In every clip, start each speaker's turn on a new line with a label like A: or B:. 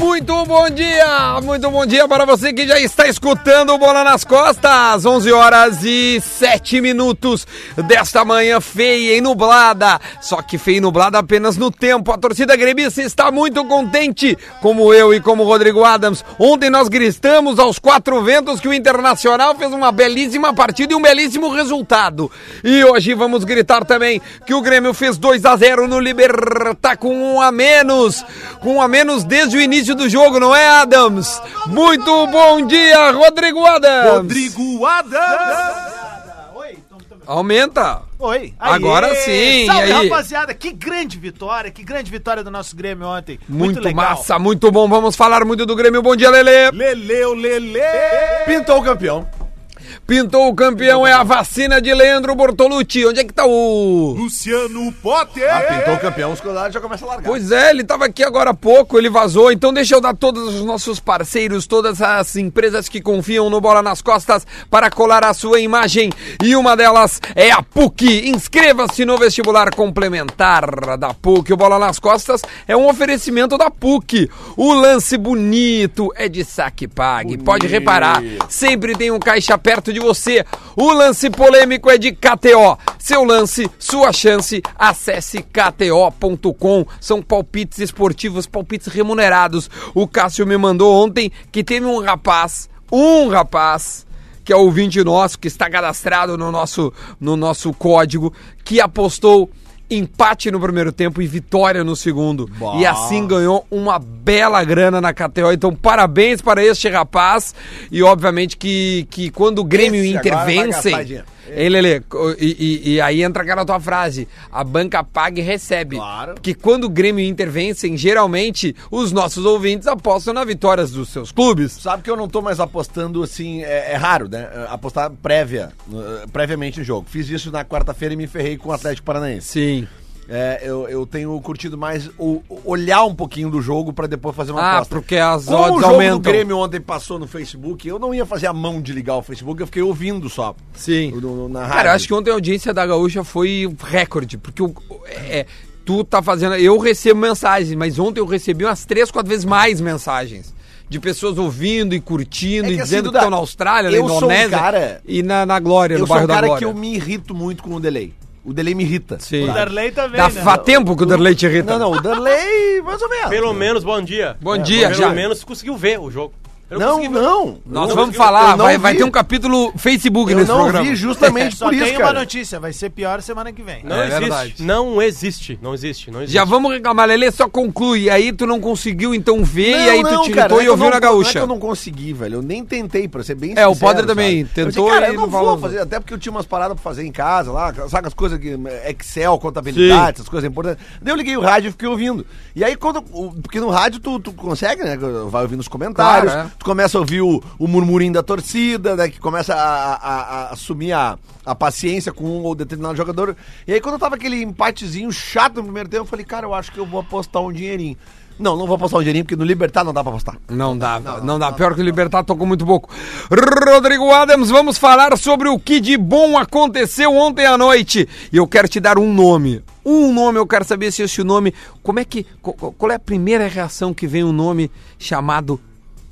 A: Muito bom dia, muito bom dia para você que já está escutando o Bola nas Costas. 11 horas e 7 minutos desta manhã feia e nublada. Só que feia e nublada apenas no tempo. A torcida gremista está muito contente, como eu e como Rodrigo Adams. Ontem nós gritamos aos quatro ventos que o Internacional fez uma belíssima partida e um belíssimo resultado. E hoje vamos gritar também que o Grêmio fez 2 a 0 no Libertar com um a menos, com um a menos desde o início início do jogo, não é, Adams? Muito bom dia, Rodrigo Adams!
B: Rodrigo Adams!
A: Aumenta!
B: Oi!
A: Agora
B: Aê!
A: sim,
B: Salve,
A: e aí?
B: rapaziada! Que grande vitória! Que grande vitória do nosso Grêmio ontem!
A: Muito,
B: legal.
A: massa, muito bom. Vamos falar muito do Grêmio. Bom dia, Lele.
C: Leleu, Lele! Pintou o campeão.
A: Pintou o campeão, é a vacina de Leandro Bortolucci. Onde é que tá o.
B: Luciano Potter!
C: Ah, pintou o campeão, os colares já começam a largar.
A: Pois é, ele estava aqui agora há pouco, ele vazou. Então deixa eu dar todos os nossos parceiros, todas as empresas que confiam no Bola nas Costas para colar a sua imagem. E uma delas é a PUC. Inscreva-se no vestibular complementar da PUC. O Bola nas Costas é um oferecimento da PUC. O lance bonito é de saque pague. Pode reparar, sempre tem um caixa perto de você. O lance polêmico é de KTO. Seu lance, sua chance, acesse kto.com. São palpites esportivos, palpites remunerados. O Cássio me mandou ontem que teve um rapaz, um rapaz que é ouvinte nosso, que está cadastrado no nosso no nosso código, que apostou empate no primeiro tempo e vitória no segundo. E assim ganhou uma bela grana na KTO. Então, parabéns para este rapaz. E obviamente que, que quando o Grêmio
C: Esse agora vai gastar
A: intervencem.
C: dinheiro.
A: É. Ei, Lelê, co- e, e- e aí entra aquela tua frase: a banca paga e recebe.
C: Claro.
A: Porque quando o Grêmio intervencem, geralmente os nossos ouvintes apostam na vitórias dos seus clubes.
C: Sabe que eu não tô mais apostando assim, é, é raro, né? É, Apostar prévia, eh, previamente no jogo. Fiz isso na quarta-feira e me ferrei com o Atlético Paranaense.
A: Sim.
C: É, eu, eu tenho curtido mais o, o- olhar um pouquinho do jogo pra depois fazer uma
A: Ah,
C: aposta.
A: porque as
C: Como
A: odds
C: o jogo
A: aumentam.
C: do Grêmio ontem passou no Facebook, eu não ia fazer a mão de ligar o Facebook, eu fiquei ouvindo só.
A: Sim.
C: No- no- na
A: Cara,
C: rádio.
A: eu acho que ontem a audiência da Gaúcha foi recorde, porque o, é, é, tu tá fazendo. Eu recebo mensagens, mas ontem eu recebi umas três, quatro vezes mais mensagens. De pessoas ouvindo e curtindo
C: É
A: e
C: que assim,
A: dizendo que
C: Duda,
A: estão na Austrália, na
C: eu sou um
A: Indonésia
C: cara-
A: e na, na Glória, no
C: Eu sou
A: bairro
C: um
A: da
C: cara que
A: Glória.
C: eu me irrito muito com o delay. O delay me irrita.
A: Sim.
B: O Darley também,
A: Dá,
B: né?
A: Faz tempo que o Derlei te irrita.
C: Não, É, não, o Darley, mais ou menos.
D: Pelo menos, bom dia.
A: Bom dia,
D: Pelo
A: já.
D: menos conseguiu ver o jogo. Eu
C: Não,
D: consegui ver.
C: não.
A: Nós
D: não,
A: vamos
D: eu-
A: falar,
C: eu não
A: vai, vai
C: vi.
A: ter um capítulo Facebook
C: Eu
A: nesse
C: não
A: programa.
C: vi justamente
B: Só
C: por isso,
B: tem uma
C: cara.
B: notícia, vai ser pior semana que vem.
D: Não
A: É
D: existe.
A: verdade.
D: Não existe. Não existe. Não existe.
A: Já vamos reclamar, Lelê, só conclui. Aí tu não conseguiu então ver e aí tu te
C: cara,
A: irritou
C: é
A: e
C: que eu
A: ouviu
C: não-
A: na
C: Não é que
A: Gaúcha.
C: eu não consegui, velho. Eu nem tentei, pra ser bem
A: É, o
C: sincero,
A: Padre também
C: sabe? Eu
A: tentou
C: cara,
A: e
C: eu não
A: não
C: vou
A: falou.
C: fazer, até porque eu tinha umas paradas pra fazer em casa lá, sabe as coisas que eh, Excel, contabilidade, essas coisas importantes. Daí eu liguei o rádio e fiquei ouvindo. E aí quando, o- porque no rádio tu, tu consegue, né, vai ouvindo os comentários,
A: Claro, é.
C: tu começa a ouvir o, o murmurinho da torcida, né, que começa a, a- a assumir a, a paciência com um ou determinado jogador. E aí quando tava aquele empatezinho chato no primeiro tempo, eu falei, cara, eu acho que eu vou apostar um dinheirinho. Não, não vou apostar um dinheirinho, porque no Libertar não dá pra apostar.
A: Não dá, não, dá. Pior que o Libertar tocou muito pouco. Rodrigo Adams, vamos falar sobre o que de bom aconteceu ontem à noite. E eu quero te dar um nome. Um nome, eu quero saber se esse nome. Como é que. co- co- Qual é a primeira reação que vem um nome chamado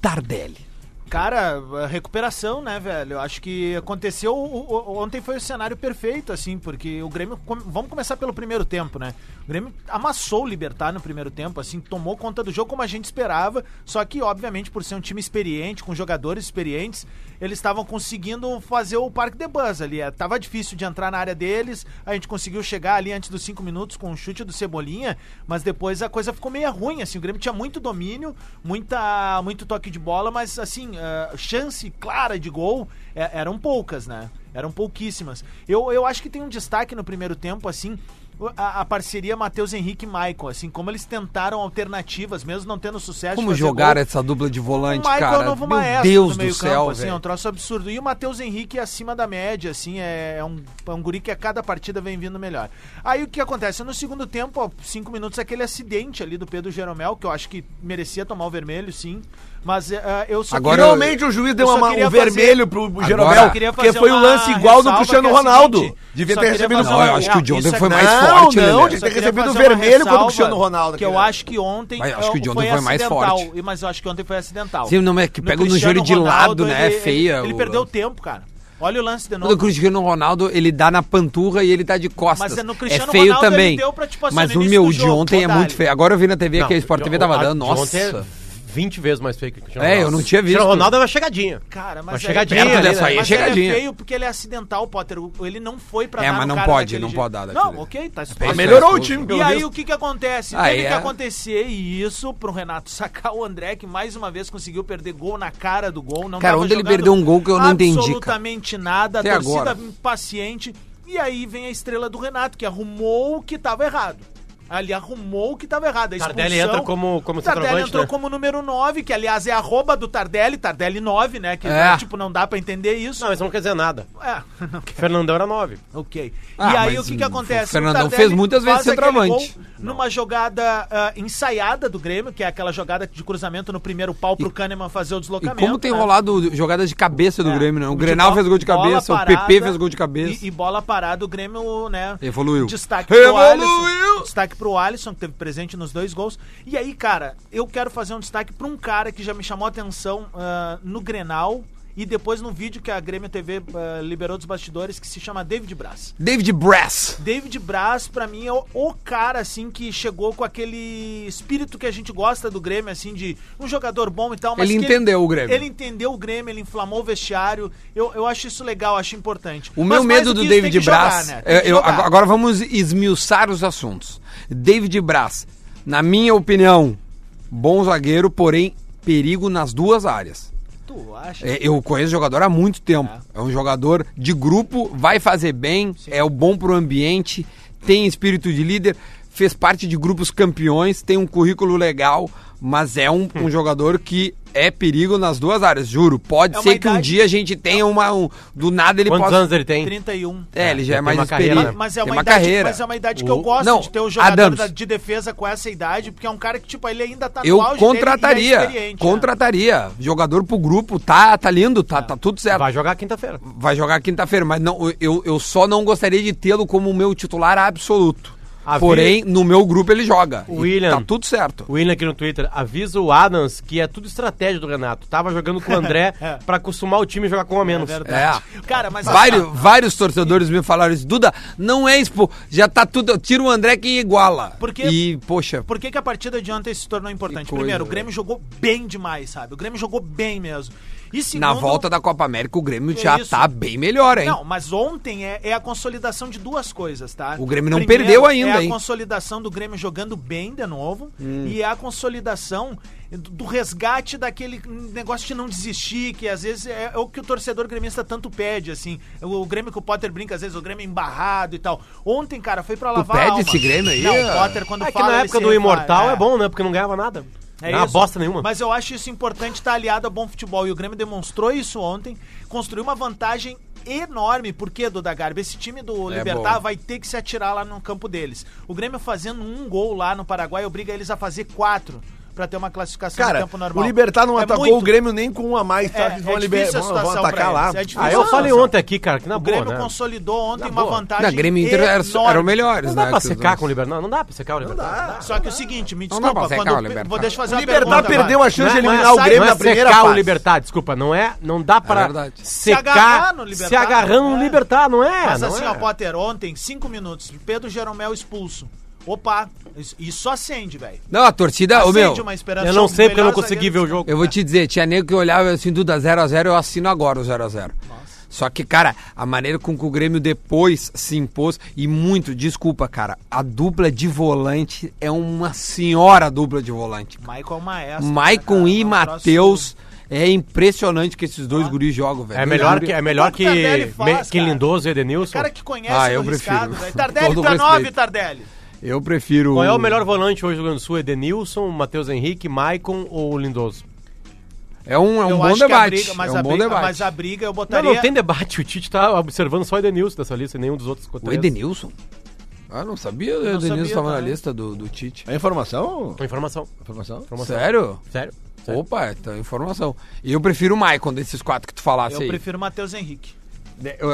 A: Tardelli?
B: Cara, a recuperação, né, velho? Eu Acho que aconteceu. o- o- Ontem foi o cenário perfeito, assim, porque o Grêmio. com- Vamos começar pelo primeiro tempo, né? O Grêmio amassou o Libertar no primeiro tempo, assim, tomou conta do jogo como a gente esperava. Só que, obviamente, por ser um time experiente, com jogadores experientes, eles estavam conseguindo fazer o Parque de Buzz ali. É, Tava difícil de entrar na área deles, a gente conseguiu chegar ali antes dos cinco minutos com o chute do Cebolinha, mas depois a coisa ficou meio ruim, assim, o Grêmio tinha muito domínio, muita, muito toque de bola, mas assim, eh, chance clara de gol eh, eram poucas, né? Eram pouquíssimas. Eu, eu acho que tem um destaque no primeiro tempo, assim, o- a, a parceria Matheus Henrique e Michael, assim, como eles tentaram alternativas, mesmo não tendo sucesso. de
A: Como
B: fazer
A: jogar
B: gol.
A: essa dubla de volante,
B: O Michael
A: cara?
B: é o novo
A: Meu
B: maestro
A: Deus do
B: meio
A: céu,
B: assim, é um
A: velho.
B: troço absurdo. E o Matheus Henrique é acima da média, assim, é, é um, é um guri que a cada partida vem vindo melhor. Aí o que acontece? No segundo tempo, ó, cinco minutos, aquele acidente ali do Pedro Jeromel, que eu acho que merecia tomar o vermelho, sim. Mas eh, ah, eu só
A: Agora
B: queria-
C: Finalmente o juiz deu
B: Eu só
C: uma-
B: queria
C: um vermelho pro
A: Agora-
C: Jeromel,
A: Eu
B: queria
C: porque
B: fazer
C: foi o
B: uma
C: lance igual do
B: ressalva que
C: Cristiano
B: é a
C: Ronaldo.
B: seguinte,
C: Devia
B: só
C: ter
B: queria
C: recebido
B: fazer
A: Não,
B: uma-
A: um eu acho que o de
B: isso
A: ontem
B: é
A: foi mais
B: grave.
A: forte, né?
C: não,
A: Lelê.
C: tinha
B: Só
C: que ter
B: queria
C: recebido
B: fazer
C: vermelho
B: uma
C: quando o
B: ressalva
C: Cristiano Ronaldo,
B: Que eu
C: aquele-
B: acho que ontem.
A: Mas eu acho que o de
B: eh,
A: ontem foi mais
B: acidental.
A: forte.
B: E- Mas eu acho que ontem foi acidental.
A: Sim, não, é que pega no
B: Cristiano
A: joelho de lado,
B: Ronaldo,
A: né? É
B: ele-
A: feia
B: Ele, ele
A: o-
B: perdeu tempo, cara. Olha o lance de
A: No
B: novo.
A: Cristiano Ronaldo, ele dá na panturra e ele tá de costas.
B: Mas é no
A: é
B: Cristiano
A: feio
B: Ronaldo, ele
A: também.
B: deu pra, tipo, assim,
A: mas
B: no
A: o
B: início
A: meu
B: do
A: de
B: jogo,
A: ontem é
B: pô,
A: muito
B: dale.
A: feio. Agora eu vi na TV que a Sport TV tava
D: a-
A: dando.
D: de
A: Nossa.
D: ontem é 20 vezes mais feio que o Cristiano
A: É, eu
D: Ronaldo.
A: não tinha
D: O Cristiano
A: visto.
D: Ronaldo é uma chegadinha.
B: Cara,
D: Uma
B: mas
D: chegadinha
B: ele-
A: ali, né?
B: mas
A: Isso aí é chegadinha.
B: Ele é feio porque ele é acidental, Potter. O- Ele não foi pra
A: É,
B: dar
A: mas
B: no
A: não
B: cara
A: pode,
B: daquele
A: não
B: jeito.
A: pode dar daquele
B: Não,
A: jeito. É
B: ok,
A: feio,
B: tá
C: Mas
B: expulso.
A: feio.
C: melhorou o time, pelo
B: E aí
C: menos.
B: o que que acontece?
A: Ah,
B: Teve
A: é.
B: que acontecer isso pro Renato sacar o André, que mais uma vez conseguiu perder gol na cara do gol. Não
A: Cara,
B: tava
A: onde ele
B: jogando
A: perdeu um gol que eu não entendi, cara?
B: Absolutamente nada, a
A: Até
B: torcida
A: agora.
B: impaciente. E aí vem a estrela do Renato, que arrumou o que tava errado. Ali arrumou o que tava errado. A
D: Tardelli
B: expulsão-
D: entra como, como
B: Tardelli
D: centroavante,
B: entrou
D: né?
B: como número 9, que aliás é arroba do Tardelli, Tardelli 9, né? Que
A: É.
B: né, tipo, não dá pra entender isso.
D: Não, isso não quer dizer nada.
B: É, não quer.
D: Fernandão era 9.
B: ok. e
A: Ah,
B: aí
A: mas
B: o que que
A: o
B: acontece?
A: Fernandão
B: Tardelli
A: fez muitas vezes
B: faz aquele
A: centroavante.
B: gol Numa jogada ah, ensaiada do Grêmio, que é aquela jogada de cruzamento no primeiro pau pro Kahneman fazer o
A: E
B: deslocamento.
A: como tem
B: né?
A: rolado jogadas de cabeça do
B: É.
A: Grêmio, né? O
B: De
A: Grenal
B: bo-
A: fez gol de
B: bola
A: cabeça, o
B: parada
A: PP fez gol de cabeça.
B: E, e bola parada, o Grêmio, né?
A: Evoluiu.
B: Destaque pro
A: Evoluiu!
B: Alisson. Destaque pro Alisson, que teve presente nos dois gols. E aí, cara, eu quero fazer um destaque pra um cara que já me chamou a atenção ah, no Grenal e depois num vídeo que a Grêmio TV ah, liberou dos bastidores, que se chama David Braz.
A: David Brass.
B: David Braz, pra mim, é o, o cara, assim, que chegou com aquele espírito que a gente gosta do Grêmio, assim, de um jogador bom e tal. Mas
A: Ele
B: que
A: entendeu o Grêmio.
B: Ele entendeu o Grêmio, ele inflamou o vestiário. Eu, eu acho isso legal, acho importante.
A: O
B: Mas
A: meu
B: mais
A: medo
B: que
A: do
B: isso, tem
A: David
B: que jogar,
A: Braz.
B: né? Tem
A: é,
B: que
A: eu-
B: jogar.
A: ag- agora vamos esmiuçar os assuntos. David Braz, na minha opinião, bom zagueiro, porém perigo nas duas áreas.
B: Tu acha?
A: É, eu conheço o jogador há muito tempo. É. um jogador de grupo, vai fazer bem, é o bom pro ambiente, tem espírito de líder, fez parte de grupos campeões, tem um currículo legal, mas é um, um jogador que é perigo nas duas áreas, juro. Pode
B: É uma
A: ser que um
B: idade-
A: dia a gente tenha uma. um- do nada ele
D: Quantos
A: possa.
D: anos ele tem?
B: 31.
A: É, ele já é
D: tem
A: mais
D: uma carreira,
A: experiente.
D: né?
B: Mas é
A: Tem
B: uma, idade,
A: carreira.
B: mas é uma idade que eu
D: O-
B: gosto
A: Não,
B: de ter um jogador
A: Adams.
B: da- de defesa com essa idade, porque é um cara que, tipo, ele ainda tá
A: Eu
B: auge dele e é
A: contrataria.
B: experiente, né?
A: contrataria. Jogador pro grupo, tá, tá lindo, tá, tá tudo certo.
D: Vai jogar quinta-feira.
A: vai jogar quinta-feira, mas não, eu, eu só não gostaria de tê-lo como meu titular absoluto.
B: Ah,
D: A
A: Porém, no meu grupo ele joga. E
D: William.
A: Tá tudo certo.
D: O William aqui no Twitter avisa o Adams que é tudo estratégia do Renato. Tava jogando com o André
B: É.
D: pra acostumar o time a jogar com um a menos.
A: É.
B: Cara, mas... assim,
A: Vários, vários torcedores me falaram isso. Duda, não é expo. Já tá tudo. Tira o André que iguala.
B: Porque-
A: E, poxa.
B: Por que, que a partida de ontem se tornou importante?
A: Que coisa,
B: Primeiro, o
A: velho.
B: Grêmio jogou bem demais, sabe? O Grêmio jogou bem mesmo. E segundo,
A: Na volta da Copa América, o Grêmio
B: Que
A: já
B: isso?
A: tá bem melhor, hein?
B: Não, mas ontem é, é a consolidação de duas coisas, tá?
A: O Grêmio não perdeu ainda,
B: É a
A: hein? Hum.
B: consolidação do Grêmio jogando bem de novo e é a consolidação do do resgate daquele negócio de não desistir, que às vezes é o que o torcedor gremista tanto pede, assim. O, o Grêmio que o Potter brinca, às vezes o Grêmio embarrado e tal. Ontem, cara, foi pra lavar
A: pede
B: a alma.
A: esse Grêmio aí?
B: Não, o Potter quando
D: É que
B: fala...
D: na
B: ele
D: época
B: se
D: do
B: refaz,
D: Imortal é. bom, né? Porque não ganhava nada.
B: é
D: não é uma
B: isso.
D: bosta nenhuma.
B: Mas eu acho isso importante estar aliado a bom futebol. E o Grêmio demonstrou isso ontem, construiu uma vantagem enorme. Por quê, Duda Garbi? Esse time do
A: É
B: Libertar
A: bom.
B: vai ter que se atirar lá no campo deles. O Grêmio fazendo um gol lá no Paraguai obriga eles a fazer quatro pra ter uma classificação no
C: Cara,
B: tempo normal.
C: o Libertar não
B: É
C: atacou
B: muito.
C: o Grêmio nem com um a mais, tá?
B: É,
C: Eles
B: é
C: vão, liber-
B: difícil a
C: vão- vão
B: situação
C: atacar
B: pra
C: lá.
B: eles, é difícil
D: Aí
B: a
D: Ah, eu
B: Não,
D: falei
B: não.
D: ontem aqui, cara, que na
B: O
D: boa,
B: Grêmio
D: né?
B: consolidou ontem
D: Na
B: uma
D: boa.
B: vantagem.
A: Na Grêmio e Inter eram-
B: enorme.
A: eram melhores,
D: Não dá
A: né?
D: pra
A: que os
D: secar
A: outros.
D: com o Libertar. Não, não dá pra secar o Libertar.
B: Só que é o seguinte, me
A: Não dá
B: desculpa.
A: pra secar
B: quando
A: o Libertar.
B: Vou deixa eu fazer
C: O
B: uma
C: Libertar
B: pergunta,
C: perdeu
B: vai.
C: a chance de
B: Não é-
C: eliminar o
B: sai-
C: Grêmio
D: não é
C: na primeira
D: secar o
C: fase.
D: Libertar, desculpa, não é, não dá pra
A: verdade. Se
D: secar
B: agarrar no
D: se
B: Libertar.
D: agarrando no
B: É.
D: Libertar, não é?
B: Mas
D: não
B: assim,
D: é.
B: ó, Potter, ontem, cinco minutos, Pedro Jeromel expulso. Opa, isso- isso acende, velho.
A: Não, a torcida. Ah, Ô,
B: Acende
A: meu.
B: uma esperança.
D: Eu não sei
B: O
D: porque eu não
B: um melhor
D: consegui
B: zagueiro
D: ver o
B: do-
D: jogo.
A: Eu vou te dizer, tinha nego que olhava assim, Duda, 0x0, eu assino agora o 0x0. Só que, cara, a maneira com que o Grêmio depois se impôs, e muito, desculpa, cara, a dupla de volante é uma senhora dupla de volante.
B: Michael Maestro.
A: Maicon
B: né,
A: e
B: cara? É um troço- Tá.
A: Matheus, é impressionante que esses dois guris jogam, velho.
D: É melhor
A: Juro.
D: que, é melhor
B: O
D: que,
B: Tardelli faz,
D: me- que
B: cara.
D: Lindoso e Edenilson.
B: Cara que conhece
A: Ah, eu
B: do
A: prefiro.
B: riscado, velho. Tardelli
A: Todo
B: tá
A: respeito.
B: nove, Tardelli.
A: Eu prefiro.
D: Qual é o melhor volante hoje do Rio Grande do Sul? Edenilson, Matheus Henrique, Maicon ou Lindoso?
A: É um, é um
B: Eu
A: bom
B: acho que a
A: debate.
B: briga- mas
A: é um
B: a
A: bom
B: briga-
A: debate.
B: Mas a briga eu
D: Não,
B: botaria...
D: não tem debate. O Tite tá observando só o Edenilson dessa lista e nenhum dos outros. ficou
A: O
D: três.
A: Edenilson? Ah, não sabia. O Edenilson
B: sabia
A: estava na
B: também.
A: lista do, do Tite.
C: É informação?
D: Informação.
C: Informação?
D: Informação.
A: Sério?
D: Sério? Sério.
A: Opa, então informação. E eu prefiro o Maicon desses quatro que tu falasse
B: Eu
A: aí.
B: prefiro o Matheus Henrique.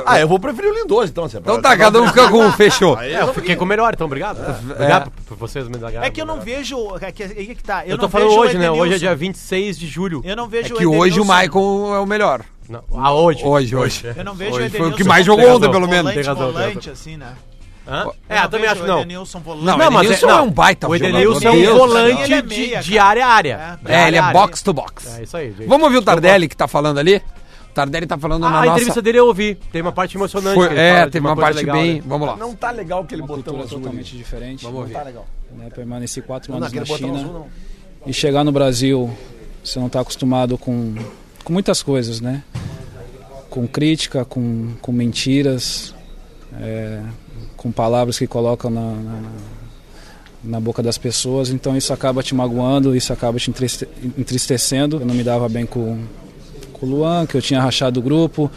C: Ah, eu vou preferir o Lindoso, então. se é pra-
A: Então tá, cada um fica com um, fechou.
C: Aí
D: É, eu fiquei com o melhor, então obrigado. Obrigado por, por vocês me
B: É que eu não vejo. É que, aí que tá.
D: Tá Eu,
B: Eu,
D: tô
B: não
D: falando
B: vejo o
D: hoje, né? Hoje é
B: Edenilson.
D: dia 26 de julho.
B: Eu não
A: É
B: vejo
A: que hoje o
B: Edenilson-
A: Michael é o melhor.
D: Não, ah, hoje.
A: Hoje, hoje.
B: Eu não vejo
A: Hoje
B: o
A: foi o
B: Edenilson
A: que mais
D: jogou
A: jogou ontem,
D: ontem,
A: pelo menos.
B: volante,
D: Tem razão, tem
B: volante, assim, né?
D: Hã?
B: Eu
D: É, eu também
B: vejo
D: acho que
B: O
D: não.
B: Edenilson volante.
A: Não,
D: Não, mas
A: Edenilson
D: é-
A: é,
D: não.
A: um baita
D: O
A: jogador.
D: Edenilson é
A: Meu
D: um
A: Deus.
D: volante
B: Ele é meia,
D: de,
B: cara.
D: de área a área.
B: É.
A: É, ele é
D: área.
A: box to box.
D: É isso aí, gente.
A: Vamos ouvir o Tardelli que tá falando ali? O Tardelli tá falando
D: Ah,
A: na
D: a
A: nossa...
D: entrevista dele eu ouvi. Tem uma parte emocionante.
A: Foi-
D: que ele fala
A: é,
D: de
A: teve uma,
D: coisa
A: parte
D: legal,
A: bem...
D: né?
A: Vamos lá.
C: Não tá legal aquele
E: uma
C: botão
E: cultura
C: azul. ali.
E: totalmente diferente.
A: Vamos
C: Tá legal.
E: né? Permaneci quatro
C: Não,
E: anos
C: aquele
E: na
C: botão
E: China
C: azul não.
E: e chegar no Brasil, você não está acostumado com, com muitas coisas, né? Com crítica, com, com mentiras, é, com palavras que colocam na, na, na boca das pessoas. Então isso acaba te magoando, isso acaba te entriste- entristecendo. Eu não me dava bem com, com o Luan, que eu tinha rachado o grupo,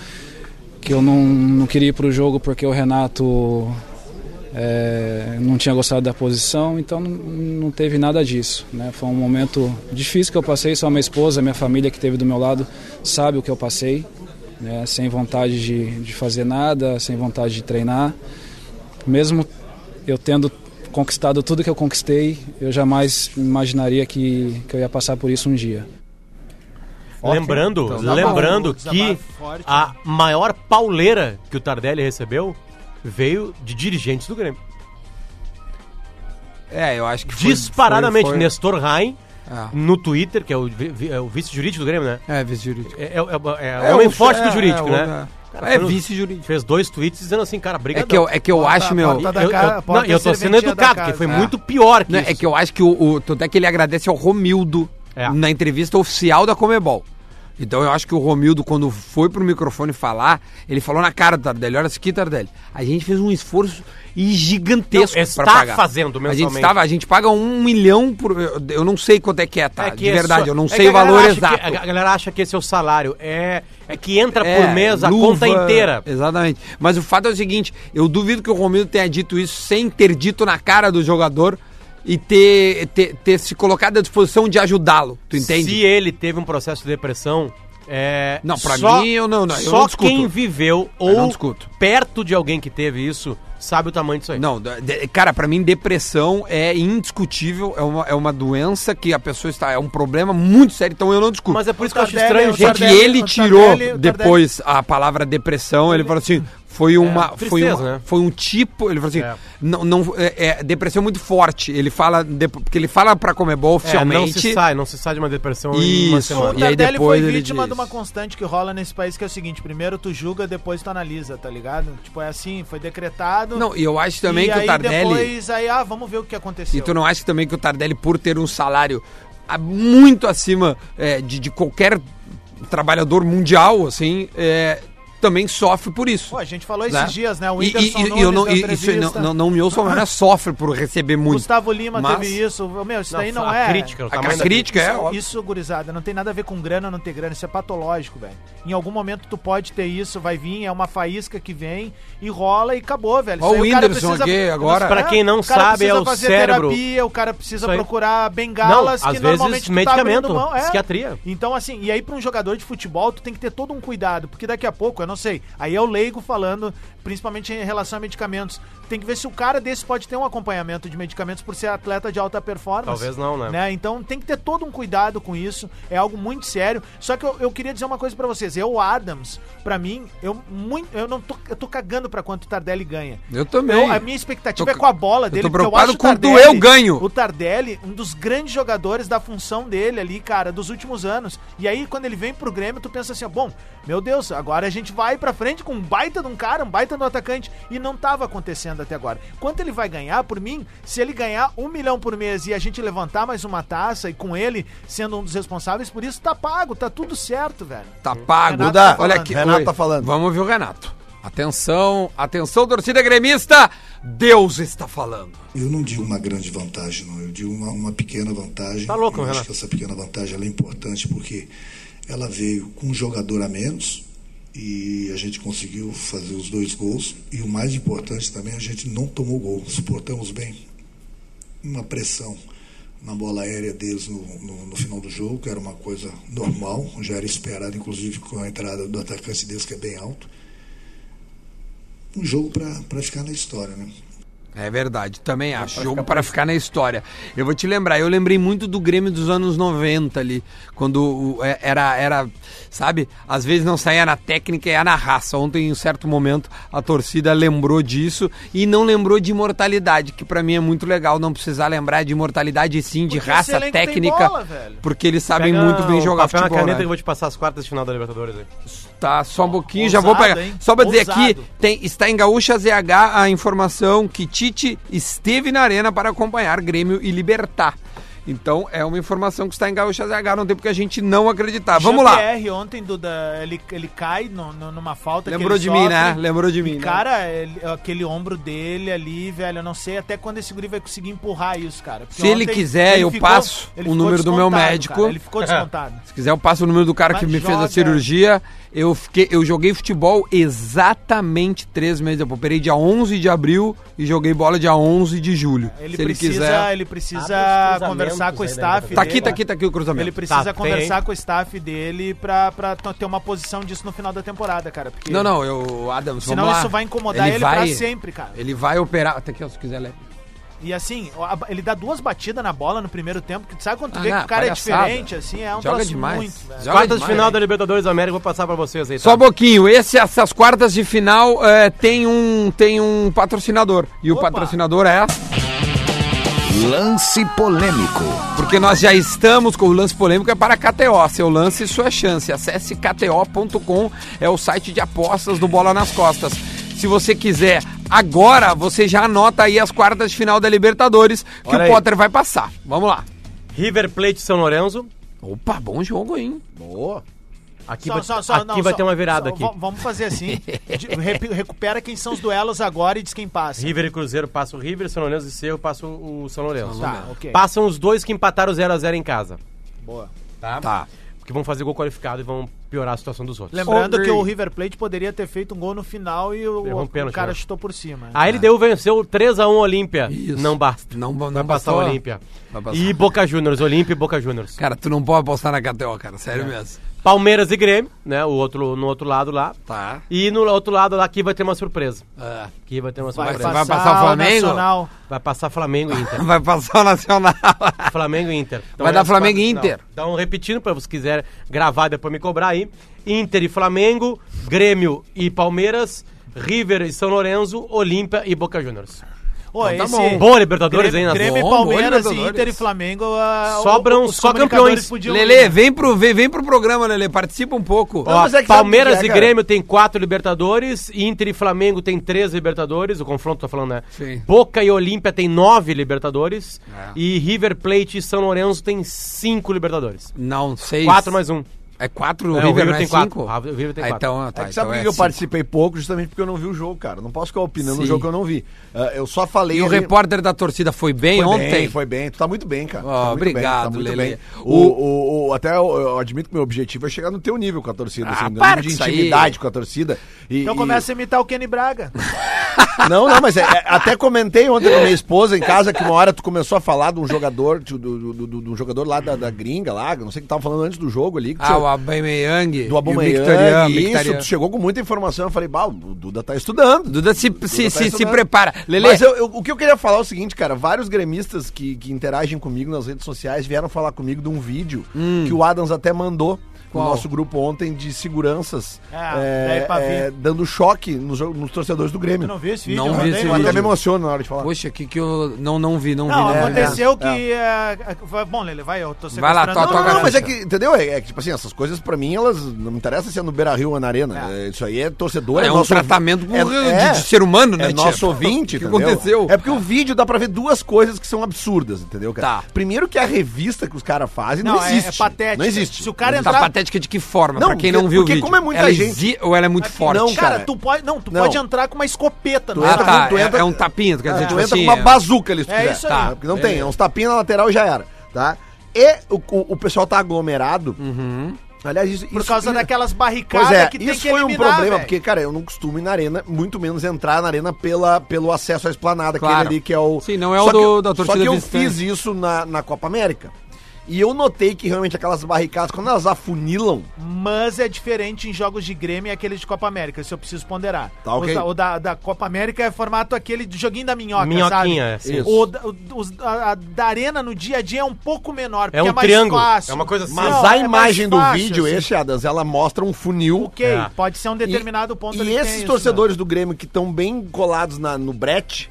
E: que eu não, não queria ir para o jogo porque o Renato é, não tinha gostado da posição, então não, não teve nada disso. Né? Foi um momento difícil que eu passei, só minha esposa, minha família que esteve do meu lado sabe o que eu passei, né? sem vontade de, de fazer nada, sem vontade de treinar. Mesmo eu tendo conquistado tudo que eu conquistei, eu jamais imaginaria que, que eu ia passar por isso um dia.
D: Lembrando,
A: então tá
D: lembrando que
B: Desabafo forte,
D: a maior pauleira que o Tardelli recebeu veio de dirigentes do Grêmio.
A: É, eu acho que foi-
D: Disparadamente,
A: foi- foi-
D: Nestor Rain
A: Ah.
D: no Twitter, que é o, vi- vi- é o vice-jurídico do Grêmio, né?
A: É, vice-jurídico.
D: É, é, é, é o homem forte do jurídico, né?
A: É, vice-jurídico.
D: Fez dois tweets dizendo assim, cara,
A: É
D: brigadão.
A: que eu, é que eu
D: Tá,
A: acho, meu...
B: bota- da
D: Eu- eu-
B: cara,
D: não,
B: porta
D: eu tô sendo
B: serventia da
D: educado,
B: casa.
D: porque foi
B: É.
D: muito pior que
A: Não,
D: isso.
A: é que eu acho que o, o tanto é que ele agradece ao Romildo
D: É.
A: na entrevista oficial da Comebol. Então eu acho que o Romildo, quando foi pro microfone falar, ele falou na cara do Tardelli, olha isso aqui, Tardelli. A gente fez um esforço e gigantesco pra
D: Não, está
A: pagar.
D: fazendo
A: a gente
D: mensalmente.
A: estava, a gente paga um milhão por. Eu, eu não sei quanto é que é, tá?
D: É que
A: de
D: é
A: verdade,
D: só-
A: eu não
D: é que
A: sei
D: a
A: o valor
D: galera acha
A: exato.
D: que- a galera acha que esse é o salário. É, é que entra
A: É,
D: por mês a
A: luva,
D: conta inteira.
A: Exatamente. Mas o fato é o seguinte: eu duvido que o Romildo tenha dito isso sem ter dito na cara do jogador e ter, ter, ter se colocado à disposição de ajudá-lo. Tu entende?
D: Se ele teve um processo de depressão, é.
A: Não, pra mim, eu não- não, eu
D: só
A: não discuto.
D: quem viveu
A: Eu não
D: ou
A: discuto.
D: perto de alguém que teve isso sabe o tamanho disso aí.
A: Não, de- de- cara, pra mim depressão é indiscutível, é uma, é uma doença que a pessoa está, é um problema muito sério, então eu não discuto.
D: Mas é por isso que eu acho
B: Tardelli-
D: estranho,
B: o
A: Gente,
D: gente.
B: Tardelli- é
A: ele
B: o
A: tirou
B: Tardelli- o
A: depois a palavra depressão, ele falou assim, foi
B: É,
A: uma,
D: tristeza,
A: foi, uma
D: né?
A: foi um tipo, ele falou assim,
D: É.
A: não, não é, é depressão muito forte, ele fala, de- porque ele fala pra Comebol
D: É, não se
A: oficialmente,
D: sai, não se sai de uma depressão em uma
A: Isso.
D: semana.
A: E aí
B: Tardelli
A: depois
B: foi
A: ele
B: vítima
A: diz.
B: de uma constante que rola nesse país, que é o seguinte: primeiro tu julga, depois tu analisa, tá ligado? Tipo, é assim, foi decretado.
A: não, e eu acho também
B: e
A: que
B: aí
A: o Tardelli,
B: depois, aí, ah, vamos ver o que aconteceu.
A: e tu não acha também que o Tardelli, por ter um salário ah, muito acima é, de, de qualquer trabalhador mundial, assim, é, também sofre por isso.
B: Pô, a gente falou esses
A: né?
B: dias, né? O
A: E- e-
B: Whindersson
A: e- e
B: Nunes
A: eu não,
B: deu
A: e- isso, não,
B: entrevista.
A: não, não me ouço, mas sofre por receber muito.
B: Gustavo Lima
A: Mas-
B: teve isso. Meu, isso
D: Não,
B: daí não
D: a
B: é.
D: crítica, o
A: a,
D: tamanho da
A: crítica é,
B: Isso-
A: ó,
B: Isso, gurizada, não tem nada a ver com grana ou não ter grana, isso é patológico, velho. Em algum momento tu pode ter isso, vai vir, é uma faísca que vem e rola e acabou, velho.
A: Ó,
B: Isso
A: o
B: aí
A: Whindersson aqui agora.
D: Pra quem não
B: o cara
D: sabe,
B: precisa
D: é o
B: fazer
D: cérebro.
B: terapia, o cara precisa
D: Isso aí.
B: procurar bengalas
D: Não, às vezes medicamento,
B: tá abrindo mão,
D: psiquiatria.
B: Então, assim, e aí pra um jogador de futebol, tu tem que ter todo um cuidado, porque daqui a pouco, eu não sei, aí é o leigo falando, principalmente em relação a medicamentos. Tem que ver se o cara desse pode ter um acompanhamento de medicamentos por ser atleta de alta performance.
D: Talvez não, né?
B: Então tem que ter todo um cuidado com isso, é algo muito sério. Só que eu, eu queria dizer uma coisa pra vocês, eu, Adams, pra mim, eu muito, eu não tô, eu tô cagando pra quanto o Tardelli ganha.
A: Eu também.
B: Eu- a minha expectativa
A: Tô-
B: é com a bola
A: eu
B: dele,
A: tô
B: porque
A: preocupado
B: o
A: com quanto
B: Tardelli-
A: eu ganho.
B: O Tardelli, um dos grandes jogadores da função dele ali, cara, dos últimos anos. E aí, quando ele vem pro Grêmio, tu pensa assim, ó, bom, meu Deus, agora a gente vai pra frente com um baita de um cara, um baita de um atacante. E não tava acontecendo até agora. Quanto ele vai ganhar, por mim, se ele ganhar um milhão por mês e a gente levantar mais uma taça e com ele sendo um dos responsáveis por isso, tá pago, tá tudo certo, velho.
A: tá pago.
B: Renato tá
A: Olha
B: falando.
A: aqui.
C: Renato
A: oi.
C: tá falando.
A: Vamos ouvir o Renato. Atenção, atenção, torcida gremista. Deus está falando.
F: Eu não digo uma grande vantagem, não. Eu digo uma, uma pequena vantagem.
D: Tá louco,
F: eu
D: Renato.
F: acho que essa pequena vantagem ela é importante porque ela veio com um jogador a menos e a gente conseguiu fazer os dois gols. E o mais importante também, a gente não tomou gol. Suportamos bem uma pressão na bola aérea deles no, no- no final do jogo, que era uma coisa normal, já era esperado, inclusive com a entrada do atacante deles, que é bem alto. um jogo para ficar na história, né?
A: É verdade, também acho. Jogo para ficar na história. Eu vou te lembrar, eu lembrei muito do Grêmio dos anos 90 ali, quando o- é- era, era, sabe, às vezes não saía na técnica, ia na raça. Ontem, em um certo momento, a torcida lembrou disso e não lembrou de imortalidade, que pra mim é muito legal não precisar lembrar de imortalidade e sim de
B: Porque esse
A: raça
B: elenco tem
A: técnica,
B: bola, velho.
A: porque eles sabem
D: Pega
A: muito bem
D: é o
A: jogar
D: papel na
A: futebol.
D: caneta que
A: né?
D: eu vou te passar as quartas de final da Libertadores aí.
A: Tá, só um pouquinho, já
B: Ousado,
A: vou pegar.
B: hein?
A: Só pra dizer
B: Ousado.
A: aqui, tem, está em Gaúcha ZH a informação que Tite esteve na arena para acompanhar Grêmio e Libertar. Então é uma informação que está em Gaúcha ZH, não tem porque a gente não acreditar. Ah, Vamos lá.
B: GPR ontem, Duda, ele, ele cai no- no- numa falta
A: Lembrou
B: que
A: de
B: ele
A: mim,
B: sofre.
A: né? Lembrou de mim. né?
B: Cara, ele- aquele ombro dele ali, velho, eu não sei até quando esse guri vai conseguir empurrar isso, cara. Porque
A: Se ele
B: ontem
A: quiser, eu passo
B: ele
A: o
B: ficou
A: número do meu
B: descontado,
A: médico.
B: cara, ele ficou descontado.
A: Se quiser, eu passo o número do cara
B: Mas
A: que me fez a
B: joga.
A: cirurgia. Eu, fiquei, eu joguei futebol exatamente três meses. Eu operei dia 11 de abril e joguei bola dia 11 de julho.
B: Ele
A: Se ele
B: precisa,
A: quiser.
B: ele precisa
D: Abre os
B: conversar com o
D: cruzamentos aí da
B: staff.
A: Tá
B: dele.
A: aqui, tá aqui, tá aqui o cruzamento.
B: Ele precisa
D: Tá, tem,
B: conversar com o staff dele pra, pra t- ter uma posição disso no final da temporada, cara. Porque
A: Não, não, eu, Adams,
B: Senão
A: vamos lá.
B: isso vai incomodar ele, pra sempre, cara.
A: Ele vai operar, até aqui, ó, se quiser, leve.
B: E assim, o- a- ele dá duas batidas na bola no primeiro tempo, que tu sabe quando tu
A: Ah,
B: vê
A: não,
B: que o cara
A: palhaçada.
B: é diferente, assim, é um
A: Joga
B: troço
A: demais.
B: muito, velho.
A: Joga
D: Quartas de
A: demais,
D: final
A: né?
D: da Libertadores da América, vou passar pra vocês aí. tá?
A: Só um pouquinho, esse, essas quartas de final é, tem, um, tem um patrocinador. E o
B: Opa.
A: patrocinador é.
G: Lance polêmico.
A: Porque nós já estamos com o lance polêmico é para a KTO. Seu lance, sua chance. Acesse KTO.com, é o site de apostas do Bola nas Costas. Se você quiser, agora você já anota aí as quartas de final da Libertadores que
D: Olha
A: o
D: aí.
A: Potter vai passar. Vamos lá.
D: River Plate São Lourenço.
A: Opa, bom jogo, hein?
D: Aqui
B: Só,
D: vai,
B: só, só,
D: aqui
B: não,
D: vai
B: só-
D: ter uma virada
B: só-
D: aqui.
B: va- Vamos fazer assim. de- rep- recupera quem são os duelos agora e diz quem passa.
D: River e Cruzeiro passa o River, São Lourenço e Cerro passa o o São Lourenço.
B: Tá, ok.
D: Passam os dois que empataram 0x0 em casa.
B: Boa.
D: Tá?
A: Tá.
D: Porque vão fazer gol qualificado e vão piorar a situação dos outros.
B: Lembrando
A: Ok.
B: que o River Plate poderia ter feito um gol no final e o,
D: Errou um
B: o
D: pênalti,
B: cara
D: né?
B: chutou por cima.
D: A LDU venceu 3x1 Olímpia.
A: Isso.
D: Não basta.
A: Não, não
D: Vai passar o
A: bastou.
D: Olímpia.
A: Vai passar.
D: E Boca Juniors, Olímpia e Boca Juniors.
A: Cara, tu não pode apostar na KTO, cara.
C: É.
A: Sério mesmo.
D: Palmeiras e Grêmio, né? O outro, no outro lado lá.
A: Tá.
D: E no outro lado lá aqui vai ter uma surpresa.
A: É.
D: Aqui vai ter uma
A: Vai
D: surpresa.
A: passar o Flamengo?
B: Nacional.
D: Vai passar Flamengo e Inter.
A: Vai passar o Nacional.
D: Flamengo e Inter.
A: Vai dar
D: é as
A: Flamengo
D: quatro-
A: e Inter.
D: Não. Então, repetindo, para vocês quiserem gravar depois me cobrar aí. Inter e Flamengo, Grêmio e Palmeiras, River e São Lourenço, Olímpia e Boca Juniors.
B: Ô,
A: Então tá
B: esse
A: bom.
D: Boa Libertadores, hein,
B: Grêmio, Grêmio
D: Nação?
A: Bom,
B: e
A: bom
B: Palmeiras e
A: Libertadores.
B: Inter e Flamengo. ah,
D: Sobram
B: os
D: só
B: comunicadores
D: campeões.
B: podiam ir,
A: Lele,
B: né?
A: vem pro, vem, vem pro programa, Lele. Participa um pouco.
D: Ó,
C: mas é que sabe
D: Palmeiras
C: o que é,
D: e
C: cara?
D: Grêmio tem quatro Libertadores, Inter e Flamengo tem três Libertadores, o confronto tá falando, né?
A: Sim.
D: Boca e Olímpia tem nove Libertadores
A: É.
D: e River Plate e São Lourenço tem cinco Libertadores.
A: Não, seis.
D: Quatro mais um.
A: É quatro? O
D: É,
A: River, não é cinco?
D: quatro. Ah, O River tem
A: Ah,
D: quatro.
A: então, tá,
C: É que sabe
A: então
C: por que
A: é
C: que
B: assim.
C: eu
A: cinco.
C: participei pouco? Justamente porque eu não vi o jogo, cara. Não posso ficar opinando
A: Sim.
C: no jogo que eu não vi. Ah, eu só falei.
A: E o
C: ali-
A: repórter da torcida foi bem
C: Foi
A: ontem?
C: Bem, foi bem. Tu tá muito bem, cara.
A: Ó,
C: Tá muito
A: obrigado,
C: bem, tá muito
A: Lelê.
C: bem. O, o, o- até eu, eu admito que meu objetivo é chegar no teu nível com a torcida.
A: Ah,
C: assim, no
A: para
C: nível de
A: com isso aí.
C: intimidade com a torcida. E,
B: Então
C: e-
B: começa a imitar o Kenny Braga.
C: Não, não, mas é- é- até comentei ontem com a minha esposa em casa que uma hora tu começou a falar de um jogador, de, do, do- do- do jogador lá da, da gringa, lá, não sei o que tava falando antes do jogo ali. Que
A: Ah,
C: tinha-
A: o Aubameyang.
C: do
A: e o
C: Abomeyang,
A: Mkhitaryan,
C: isso,
A: Mkhitaryan.
C: tu chegou com muita informação, eu falei, bah, o Duda tá estudando.
A: Duda se, se,
C: tá
A: se, se
C: estudando.
A: prepara. Lele,
C: Mas eu- eu- o que eu queria falar é o seguinte, cara, vários gremistas que, que interagem comigo nas redes sociais vieram falar comigo de um vídeo
B: Hum.
C: que o Adams até mandou
A: Qual?
C: no nosso grupo ontem de seguranças
B: Ah,
C: é,
B: daí pra
C: é, dando choque nos, jo- nos torcedores do
B: Tu
C: Grêmio.
B: não viu esse vídeo?
A: Não
B: Eu
A: vi
B: mandei
A: esse
B: no
C: eu
A: vídeo.
C: até
B: grupo.
C: me emociono na hora de falar.
A: poxa, que que eu não, não vi, não,
B: Não,
A: vi. né?
B: aconteceu
C: É.
B: que. eh, vai- bom, Lele, vai, eu tô
A: Vai lá,
B: sequestrando-
A: to-
C: Não,
A: toca
C: não, não,
A: a
C: mas
A: ficha.
C: é que, entendeu? É, é que, tipo assim, essas coisas pra mim, elas não me interessam se é no Beira Rio ou na Arena. É, Isso aí é torcedor,
A: É um
C: ouvi-
A: tratamento pro- de-
C: é,
A: de ser humano, né,
C: É
A: tia?
C: nosso ouvinte,
A: O que
C: entendeu?
A: aconteceu?
C: É porque o vídeo dá pra ver duas coisas que são absurdas, entendeu, cara?
A: Tá.
C: Primeiro que a revista que os caras fazem não,
B: Não, é- é
C: existe.
B: patética.
C: Não existe.
B: Se o cara
C: Não
A: Tá
B: entrar-
A: patética de que forma?
C: Não,
A: pra quem não
C: porque-
A: viu o
C: porque
A: vídeo.
C: como é muita
A: ela
C: gente-
A: exi- ou ela é muito
B: Aqui
A: forte?
C: não,
B: Cara,
C: cara.
B: tu pode. Não, tu
C: Não.
B: pode entrar com uma escopeta no
C: Tu
A: Ah,
C: entra
A: tá.
C: com- tu
A: é-
C: entra-
A: é, um tapinho, quer dizer,
C: Ah, Tu
A: tipo
C: entra
A: assim,
C: com uma
A: é-
C: bazuca ali, se tu
B: É
C: quiser.
B: isso aí.
C: Tá. Porque não tem,
A: Beleza.
C: é uns tapinhas na lateral e já era, tá? E o, o, o pessoal tá aglomerado.
A: Uhum.
C: Aliás, isso,
B: Por
C: isso-
B: causa
C: isso-
B: daquelas barricadas
C: Pois é,
B: que tem
C: isso
B: que
C: foi um
B: eliminar,
C: problema,
B: velho.
C: porque, cara, eu não costumo ir na arena, muito menos entrar na arena pela, pelo acesso à esplanada,
A: Claro.
C: aquele ali que é o...
A: Sim, não é
C: Só
A: o do-
C: que-
A: da torcida
C: Só que eu
A: visitante.
C: fiz isso na, na Copa América. E eu notei que realmente aquelas barricadas, quando elas afunilam,
B: Mas é diferente em jogos de Grêmio e aqueles de Copa América, se eu preciso ponderar.
C: Tá, ok.
B: Os da- O, da, da Copa América é formato aquele de joguinho da minhoca,
D: Minhoquinha, é,
B: sabe?
D: sim.
B: O, da- o- os- a, a da arena no dia a dia é um pouco menor,
D: É um triângulo, é uma coisa assim.
C: mas
B: Não,
C: a
B: é mais
C: imagem do
B: fácil,
C: vídeo,
B: assim.
C: esse, Adams, ela mostra um funil.
B: Ok,
D: É.
B: pode ser um determinado
C: e,
B: ponto
C: E
B: ali que tem
C: esses
B: isso, né?
C: torcedores do Grêmio que estão bem colados na- no brete,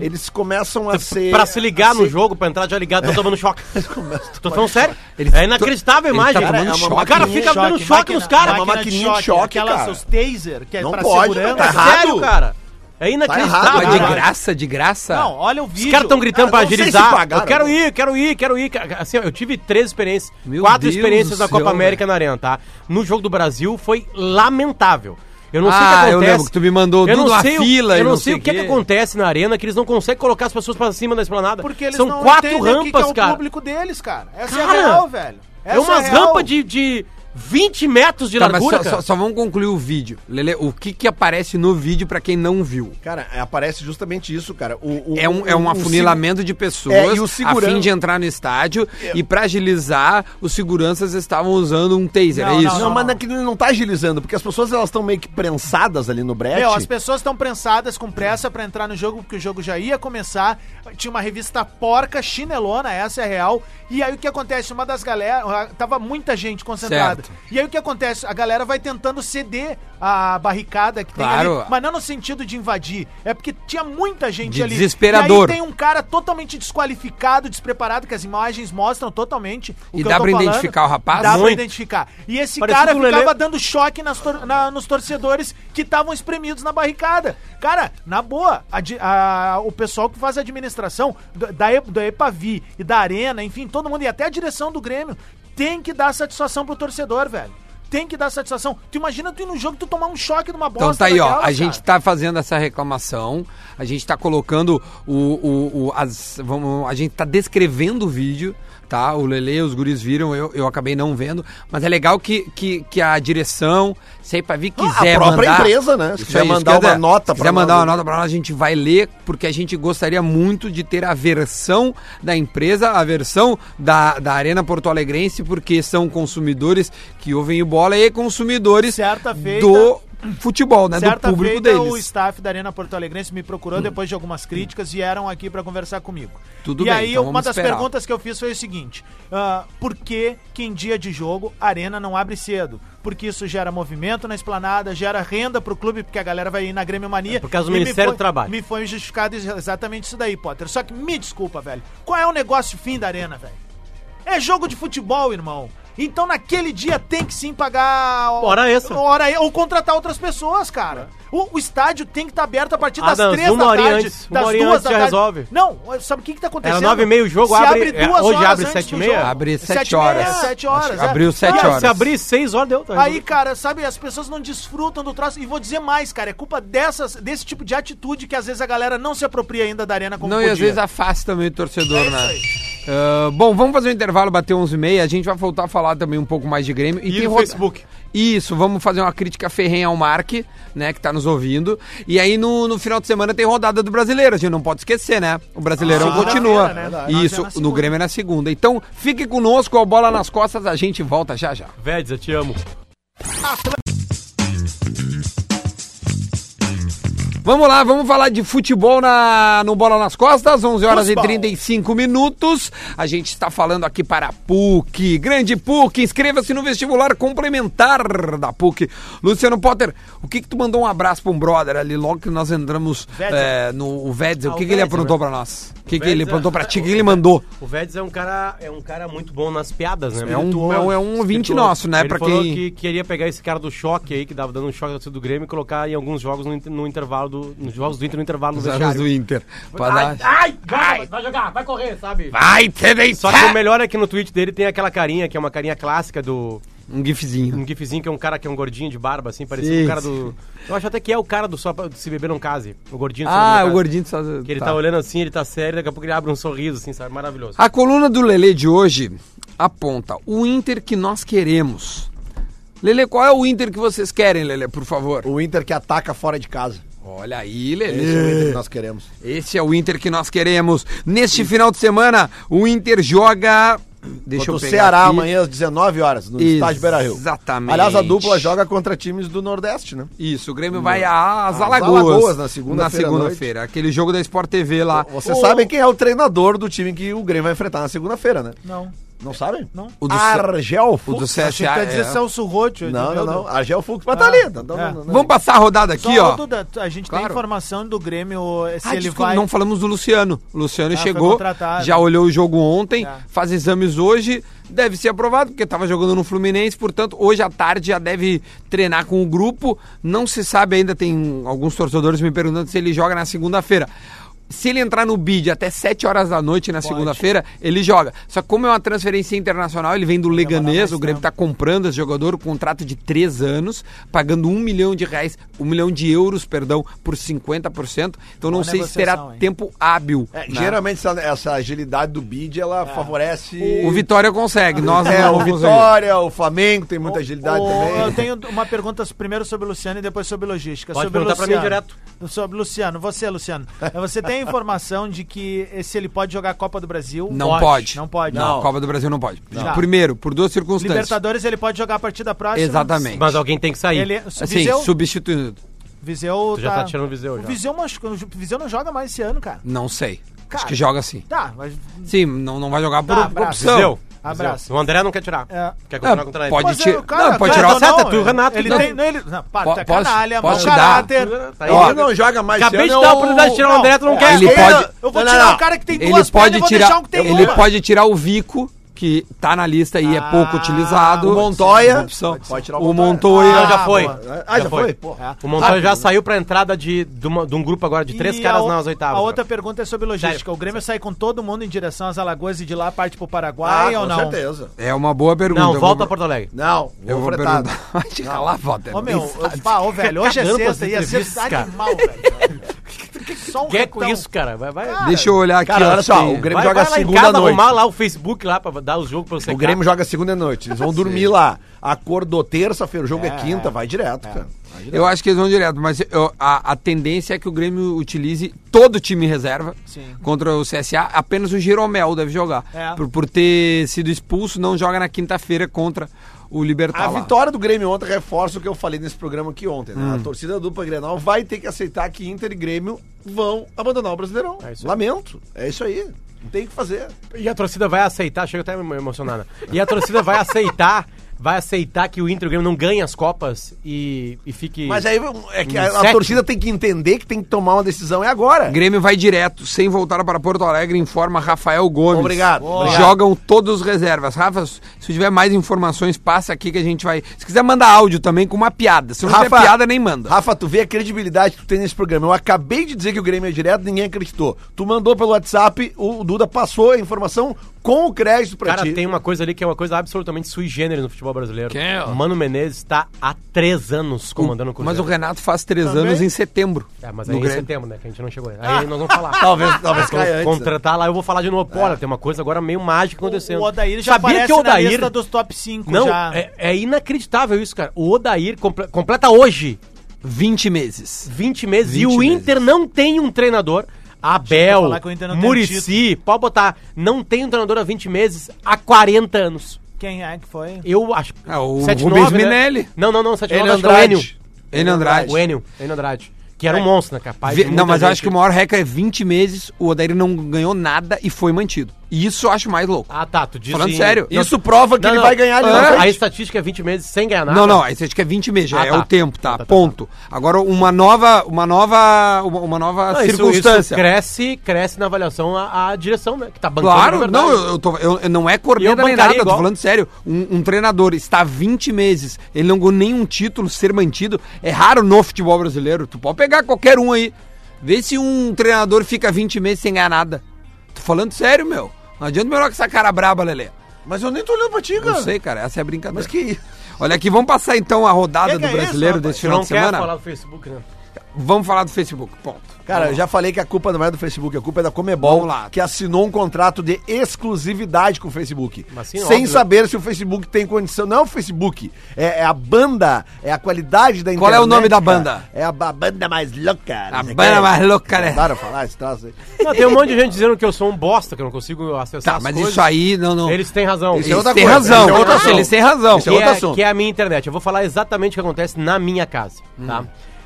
C: eles começam a ser.
D: Pra se ligar
C: a
D: no
C: ser-
D: jogo, pra entrar já ligado, tô tomando choque.
C: começam-
D: Tô falando sério? é inacreditável a imagem.
C: tá
D: Cara,
C: tomando
D: é uma
C: choque.
D: Cara,
C: Maquininha
D: fica dando choque nos caras.
C: uma maquininha de choque,
B: aquelas,
C: cara.
B: Os taser, que é
C: Não
B: pra
C: pode,
B: segurança.
C: tá errado. Tá
D: Sério, cara. É
C: errado,
D: inacreditável.
A: Mas de
D: cara.
A: graça, de graça?
B: Não, olha o vídeo.
D: Os caras estão gritando pra
C: não sei se
D: agilizar.
C: pagaram.
D: eu quero ir, quero ir, quero ir. Ca- Assim, ó, eu tive três experiências,
A: Meu
D: quatro
A: Deus
D: experiências
A: do
D: na
A: céu,
D: Copa América na Arena, tá? No jogo do Brasil foi lamentável. Eu não sei o
A: Ah,
D: que
A: eu
D: acontece.
A: lembro que tu me mandou
D: eu não
A: tudo na
D: sei, o-
A: fila
D: Eu
A: e
D: não
A: não
D: sei
A: sei
D: o que,
A: o
D: que
A: quê.
D: acontece na arena, que eles não conseguem colocar as pessoas pra cima da esplanada.
B: Porque eles
D: São
B: não
D: quatro
B: entendem o que que
D: rampas,
B: é o
D: cara.
B: público deles, cara. Essa é
D: Cara,
B: a real, velho. Essa
D: É umas
B: a real.
D: rampas de, de 20 metros de
A: Tá, mas
D: largura,
A: só,
D: cara.
A: só- só vamos concluir o vídeo. Lele, o que que aparece no vídeo pra quem não viu?
C: Cara, é, aparece justamente isso, cara. O- o-
A: É um, é um
C: o- o
A: afunilamento de pessoas
C: É, e o
A: a
C: seguran- É.
A: fim de entrar no estádio e pra agilizar, os seguranças estavam usando um taser,
B: Não,
A: é isso?
C: Não, mas não, é que não tá agilizando, porque as pessoas elas estão meio que prensadas ali no brete.
B: Meu, as pessoas estão prensadas com pressa pra entrar no jogo, porque o jogo já ia começar. Tinha uma revista porca, chinelona, essa é a real. E aí o que acontece? Uma das galera. ah, Tava muita gente concentrada.
A: Certo.
B: E aí o que acontece? A galera vai tentando ceder a barricada que tem
A: Claro.
B: ali. Mas não no sentido de invadir. É porque tinha muita gente
A: De
B: ali.
A: desesperador.
B: E aí tem um cara totalmente desqualificado, despreparado, que as imagens mostram totalmente.
A: E
B: que
A: dá
B: tô
A: pra identificar o rapaz?
B: Dá
D: Muito.
B: pra identificar. E esse
D: Parecia
B: cara
A: um
D: com o Lelê.
B: ficava dando choque nas tor- na- nos torcedores que estavam espremidos na barricada. Cara, na boa, a di- a- o pessoal que faz a administração do- da, E- da Epavi e da Arena, enfim, todo mundo, e até a direção do Grêmio, tem que dar satisfação pro torcedor, velho. Tem que dar satisfação. Tu imagina tu ir no jogo e tu tomar um choque numa bosta
A: Então tá aí, ó.
B: daquela,
A: A
B: cara.
A: gente tá fazendo essa reclamação, a gente tá colocando o. o, o- as, vamos, a gente tá descrevendo o vídeo, tá? O Lele, os guris viram, eu, eu acabei não vendo. Mas é legal que, que, que a direção, sei pra vir, quiser.
C: Ah, própria
A: mandar,
C: empresa, né? Se
A: Se
C: quiser
A: quiser
C: mandar uma nota
A: Se
C: pra
A: quiser mandar
C: nós. né?
A: uma nota pra nós, a gente vai ler, porque a gente gostaria muito de ter a versão da empresa, a versão da, da Arena Porto Alegrense, porque são consumidores que ouvem o bola e consumidores
B: Certa feita-
A: do futebol, né?
B: Certa
A: do público
B: feita, o
A: deles.
B: staff da Arena Porto Alegrense me procurou depois de algumas críticas e vieram aqui pra conversar comigo.
A: Tudo
B: e
A: bem,
B: aí,
A: então
B: uma
A: vamos
B: das
A: esperar.
B: perguntas que eu fiz foi o seguinte: ah, por que, que em dia de jogo a Arena não abre cedo? Porque isso gera movimento na esplanada, gera renda pro clube, porque a galera vai ir na Grêmio Mania.
D: É por causa do
B: E me
D: Ministério
B: foi-
D: do Trabalho.
B: Me foi justificado ex- exatamente isso daí, Potter. Só que me desculpa, velho. Qual é o negócio fim da Arena, velho? É jogo de futebol, irmão. Então naquele dia tem que sim pagar o-
D: Hora extra.
B: hora e- ou contratar outras pessoas, cara. O, o estádio tem que estar aberto a partir das
D: Adams,
B: três
D: uma
B: da
D: horinha
B: tarde,
D: antes, uma
B: das
D: horinha
B: duas
D: antes
B: da
D: já
B: tarde.
D: resolve.
B: Não, sabe o que que tá acontecendo?
D: Era nove e meia, o jogo
B: Se
D: abre- é,
B: duas
D: hoje
B: horas
D: abre
B: antes
D: sete
B: do
D: e meia?
B: jogo.
A: Abre sete
B: É,
A: horas.
B: sete horas.
A: Acho que abriu sete
B: Não,
A: horas.
D: Se abrir 6 horas, deu. Tá
B: Aí, cara, sabe, as pessoas não desfrutam do troço. E vou dizer mais, cara, é culpa dessas, desse tipo de atitude que às vezes a galera não se apropria ainda da arena como
A: Não, e às
B: podia. É
A: vezes afasta também o torcedor, né? Ah, bom, vamos fazer um intervalo, bater 11 h 30 A gente vai voltar a falar também um pouco mais de Grêmio.
D: E
A: tem
D: no
A: roda-
D: Facebook.
A: Isso, vamos fazer uma crítica ferrenha ao Mark, né, que tá nos ouvindo. E aí no, no final de semana tem rodada do Brasileiro, a gente não pode esquecer, né? O Brasileirão continua.
B: né?
A: Isso,
B: Nós é na
A: no Grêmio é na segunda. Então, fique conosco, a bola nas costas, a gente volta já já.
D: Védia, te amo.
A: Vamos lá, vamos falar de futebol na, no Bola nas Costas, 11 horas
B: Futebol.
A: e 35 minutos. A gente está falando aqui para a PUC, grande PUC, inscreva-se no vestibular complementar da PUC. Luciano Potter, o que que tu mandou um abraço para um brother ali logo que nós entramos
B: Wetzel.
A: eh, no o Wetzel,
D: Ah,
A: o
D: o
A: que, que ele
D: Wetzel,
A: aprontou para nós? O que, que ele
D: Wetzel-
A: aprontou para ti, o que, que ele mandou?
D: O Vedes é um cara, é um cara muito bom nas piadas, né?
A: É um, é um, é um ouvinte
D: Espirituoso.
A: nosso, né,
D: Ele
A: para
D: falou
A: quem...
D: que queria pegar esse cara do choque aí, que dava dando um choque na torcida do Grêmio e colocar em alguns jogos no, inter- no intervalo do. Nos jogos do Inter no intervalo do
A: Os anos do
D: vestiário.
A: Inter. pra
D: Ai,
A: dar-
D: ai, vai, vai jogar, vai correr, sabe?
A: Vai, te deitar!
D: Só que o melhor é que no tweet dele tem aquela carinha, que é uma carinha clássica do.
A: Um gifzinho.
D: Um gifzinho que é um cara que é um gordinho de barba, assim,
A: Sim,
D: parecido um cara do. Eu acho até que é o cara do só pra, do Se Beber Não Case. O gordinho do Se Beber
A: Ah,
D: Não
A: o
D: Case.
A: gordinho só...
D: né, Que ele tá.
A: tá. Ah,
D: olhando assim, ele tá sério, daqui a pouco ele abre um sorriso, assim, sabe? Maravilhoso.
A: A coluna do Lelê de hoje aponta o Inter que nós queremos. Lelê, qual é o Inter que vocês querem, Lelê, por favor?
C: O Inter que ataca fora de casa.
A: Olha aí,
C: Esse é o Inter que
A: Lelê.
C: nós queremos.
A: Esse é o Inter que nós queremos. Neste final de semana, o Inter joga Deixa
C: Contra
A: eu
C: o
A: pegar
C: Ceará
A: aqui.
C: amanhã às 19 horas no estádio Beira Rio.
A: Exatamente.
C: Aliás, a dupla joga contra times do Nordeste, né?
A: Isso, o Grêmio vai às
C: Às
A: Alagoas.
C: Alagoas, na segunda-feira à
A: segunda-feira. Aquele jogo da Sport TV lá.
C: Vocês sabem quem é o treinador do time que o Grêmio vai enfrentar na segunda-feira, né?
B: Não.
C: Não sabem?
B: Não.
A: O do
C: Argel Fux.
A: O do
B: Achei que um tu ia
A: CSA.
B: dizer
A: é.
B: Celso Rotti. eu
C: Não,
B: digo,
C: não,
B: meu
C: não.
B: Deus.
C: Argel Fux, mas tá ali. Tá, tá-
B: é.
C: não- não-
A: Vamos passar a rodada
B: Só
A: aqui, ó.
B: outro da- a gente tem
A: Claro.
B: informação do Grêmio eh, se
A: Ah,
B: ele
A: desculpa,
B: vai.
A: não falamos do Luciano. O Luciano
B: Ah, foi
A: chegou,
B: contratado.
A: já olhou o jogo ontem,
B: Tá.
A: faz exames hoje, deve ser aprovado, porque estava jogando no Fluminense, portanto, hoje à tarde já deve treinar com o grupo. Não se sabe ainda, tem alguns torcedores me perguntando se ele joga na segunda-feira. Se ele entrar no bid até 7 horas da noite na segunda-feira, ele joga. Só que como é uma transferência internacional, ele vem do
B: é
A: Leganês,
B: mais
A: o Grêmio
B: tempo.
A: está comprando esse jogador, um contrato de três anos, pagando um milhão de reais, um milhão de euros, perdão, por 50%. Então não
B: Boa
A: sei se terá
B: negociação, hein?
A: tempo hábil.
C: É,
A: né?
C: geralmente essa, essa agilidade do bid, ela favorece...
A: O Vitória consegue, nós
C: É,
A: não
C: o
A: conseguimos.
C: Vitória, o Flamengo tem muita
B: O-
C: agilidade
B: o- Eu
C: também.
B: tenho uma pergunta primeiro sobre o Luciano e depois sobre logística.
D: Pode
B: sobre o
D: perguntar pra mim
B: Luciano.
D: direto.
B: Sobre o Luciano, você, Luciano. Você tem a informação de que se ele pode jogar a Copa do Brasil?
A: Não pode.
B: Não pode.
A: Não, Copa do Brasil não pode.
B: Não.
A: Primeiro, por duas circunstâncias.
B: Libertadores ele pode jogar a partida próxima?
A: Exatamente.
D: Mas alguém tem que sair.
B: Ele,
A: Assim,
B: Viseu,
A: substituindo.
B: Viseu
D: Tu já tá tirando o Viseu,
B: O
D: já.
B: Viseu, machucou- o Viseu não joga mais esse ano, cara.
A: Não sei. Acho
B: Cara.
A: que joga sim.
B: Tá, mas
A: Sim, não, não vai jogar por,
B: Tá,
A: por
B: bravo.
A: opção.
D: Viseu.
B: Abraço.
D: Viseu. O André não quer tirar.
B: É.
D: Quer
A: Não,
D: continuar contra ele.
A: pode
B: Mas
A: tirar.
B: eu, cara,
A: não, pode
B: cara,
A: tirar o
D: não,
A: seta,
D: é tu, Renato.
B: Ele
D: Não.
B: tem. Não, ele, não, para,
A: Po-
B: tu é
A: posso-
B: canalha,
A: posso
B: mau
A: te dar?
B: caráter.
D: Tá aí.
C: Ele
A: Ó,
C: não joga mais
D: Acabei
C: esse
D: de
C: ano,
D: dar a
C: é o-
D: oportunidade de tirar o André, tu não quer.
A: Ele
C: Ele
A: pode-
C: pode...
B: Eu vou tirar o cara que tem
A: Ele
B: duas pernas e
A: pode
B: vou
A: tirar,
B: deixar um que tem
A: ele
B: uma.
A: pode tirar o Vico, que tá na lista e é pouco
B: Ah,
A: utilizado.
C: o Montoya.
A: Uma opção.
C: Pode- pode tirar
A: o
C: o
A: Montoya.
C: Montoya.
D: Não, já
B: Ah,
D: foi.
B: boa.
C: Ah, já foi? Ah,
B: É.
D: O Montoya já saiu pra entrada de, de, uma- de um grupo agora de três
B: E
D: caras
B: a o-
D: nas oitavas.
B: A outra pergunta é sobre logística.
D: Sério.
B: O Grêmio sai com todo mundo em direção às Alagoas e de lá parte pro
D: Ah,
B: Paraguai ou não?
C: Ah, Com certeza.
B: Ah.
A: É uma boa pergunta.
D: Não,
A: eu
D: volta
A: vou-
D: a Porto Alegre.
C: Não,
A: Eu
C: vou
A: vou
C: fretar.
A: perguntar. Vai te calar, Walter.
B: Ô meu,
A: Nem
B: eu- pá, ô, velho, hoje é
D: tá Cagando pras
B: sexta e ia ser
D: entrevistas, cara.
B: animal, velho. Só um
D: Quer com
B: retão.
D: é isso, cara? Vai, vai.
A: Deixa eu olhar aqui.
C: Cara, olha só,
A: tem-
C: o então. Grêmio joga
D: lá em
C: segunda
D: casa
C: à noite.
D: arrumar lá o Facebook lá pra dar os jogos pra você.
C: O Grêmio joga segunda à noite. Eles vão dormir lá. Acordou terça-feira, o jogo é, quinta, vai direto,
D: É.
C: cara. Vai direto.
A: Eu acho que eles vão direto, mas eu- a, a tendência é que o Grêmio utilize todo o time reserva
B: Sim.
A: contra o CSA. Apenas o Jeromel deve jogar.
B: É.
A: Por, por ter sido expulso, não joga na quinta-feira contra o Libertar.
C: A
D: tá
A: lá.
C: vitória do Grêmio ontem reforça o que eu falei nesse programa aqui ontem, né? A torcida do dupla Grenal vai ter que aceitar que Inter e Grêmio vão abandonar o Brasileirão.
D: É isso aí.
C: Lamento. É isso aí. Não tem o que fazer.
D: E a torcida vai aceitar, chega até a me emocionada. E a torcida vai aceitar, vai aceitar que o Inter e o Grêmio não ganhem as copas e, e fique.
C: Mas aí é que a, a
D: Sétimo.
C: torcida tem que entender que tem que tomar uma decisão é agora.
A: Grêmio vai direto, sem voltar para Porto Alegre, informa Rafael Gomes.
C: Obrigado, obrigado.
A: Jogam todos os reservas. Rafa, se tiver mais informações, passa aqui que a gente vai. Se quiser, manda áudio também com uma piada. Se não tiver piada, nem manda.
C: Rafa, tu vê a credibilidade que tu tem nesse programa. Eu acabei de dizer que o Grêmio é direto, ninguém acreditou. Tu mandou pelo WhatsApp, o Duda passou a informação com o crédito pra
D: Cara,
C: ti.
D: tem uma coisa ali que é uma coisa absolutamente sui generis no futebol brasileiro.
A: Quem é?
D: Mano Menezes está há três anos comandando o
A: Mas
D: Cruzeiro.
A: o Renato faz três anos em setembro.
D: É, mas
A: no
D: aí em
A: Grêmio.
D: setembro, né? Que a gente não chegou ainda.
B: Ah.
D: Aí nós vamos falar.
B: Tá,
C: Talvez, talvez
D: Quando
C: caia Ah, antes. né?
D: contratar lá, eu vou falar de novo. Pô, olha, tem uma coisa agora meio mágica tá acontecendo.
B: É. O Odair já
D: Sabia
B: aparece
D: que o Odair...
B: na lista dos top 5
D: Não,
B: já.
D: é, é inacreditável isso, cara. O Odair comple- completa hoje
A: 20 meses.
D: 20 meses
A: 20
D: e o Inter não tem um treinador.
B: eu
D: Abel,
B: ia falar que o Inter não tem um
D: Murici, pode botar. Não tem um treinador há 20 meses, há 40 anos.
B: Quem é que foi?
D: Eu acho.
A: É, o
D: 79,
A: Rubens Minelli.
D: Não, não, não, 79
C: Ele
D: acho que é o Enio.
C: Andrade.
A: Ele Andrade. É.
D: O Enio, Enio Andrade. Que era um monstro, né? Capaz
A: Vi-
D: de
A: não,
D: muita
A: mas eu acho
D: gente.
A: que o maior hacker é 20 meses, o Odair não ganhou nada e foi mantido. E isso eu acho mais louco.
D: Ah, tá, tu disse.
A: Falando sério.
C: Isso prova que
D: Não,
C: ele
D: não.
C: vai ganhar ali né?
A: Ah,
C: na frente.
D: A estatística é 20 meses sem ganhar nada.
A: Não, não, aí você acha que é 20 meses, já
D: Ah,
A: é
D: tá.
A: o tempo, tá?
D: Tá, tá, tá.
A: ponto. Agora, uma nova, uma nova, uma, uma nova
D: Não, isso- isso
A: circunstância.
D: cresce, cresce na avaliação a, a direção, né? Que tá bancando. na
A: Claro,
D: verdade.
A: não, eu, eu tô, eu, eu não é
D: E eu
A: corneta nem
D: bancaria
A: nada, eu tô
D: igual.
A: falando sério. Um, um treinador está há 20 meses, ele não ganhou nenhum título, ser mantido, é raro no futebol brasileiro. Tu pode pegar qualquer um aí. Vê se um treinador fica 20 meses sem ganhar nada. Tô falando sério, meu. Não adianta melhor que essa cara braba, Lelê.
C: Mas eu nem tô olhando pra ti, cara.
A: Não sei, cara, essa é a brincadeira.
C: Mas que isso?
A: Olha aqui, vamos passar então a rodada
B: Que
A: do
B: que é isso,
A: brasileiro
B: rapaz?
A: desse
D: Tu
A: final
D: não
A: de
D: quer
A: semana.
D: falar do Facebook, né?
A: Vamos falar do Facebook, ponto.
C: Cara, eu já falei que a culpa não é do Facebook, a culpa é da Comebol,
A: Vamos lá.
C: que assinou um contrato de exclusividade com o Facebook.
D: Mas sim,
C: sem
D: óbvio.
C: saber se o Facebook tem condição. Não é o Facebook, é, é a banda, é a qualidade da internet.
A: Qual é o nome da
C: cara.
A: banda?
C: É a, ba- banda mais louca.
A: A banda mais louca, né?
C: Para falar esse traço aí.
D: Não, tem um monte de gente dizendo que eu sou um bosta, que eu não consigo acessar
A: Tá,
D: as
A: mas
D: coisas.
A: isso aí, não, não.
D: Eles têm razão.
C: Isso é
A: Eles
C: outra
A: têm
C: coisa,
A: razão.
C: isso é outro assunto.
A: Eles têm razão.
C: Isso
D: que,
C: é outro
D: é,
C: assunto.
D: que é a minha internet. Eu vou falar exatamente o que acontece na minha casa,
C: Hum.
D: tá?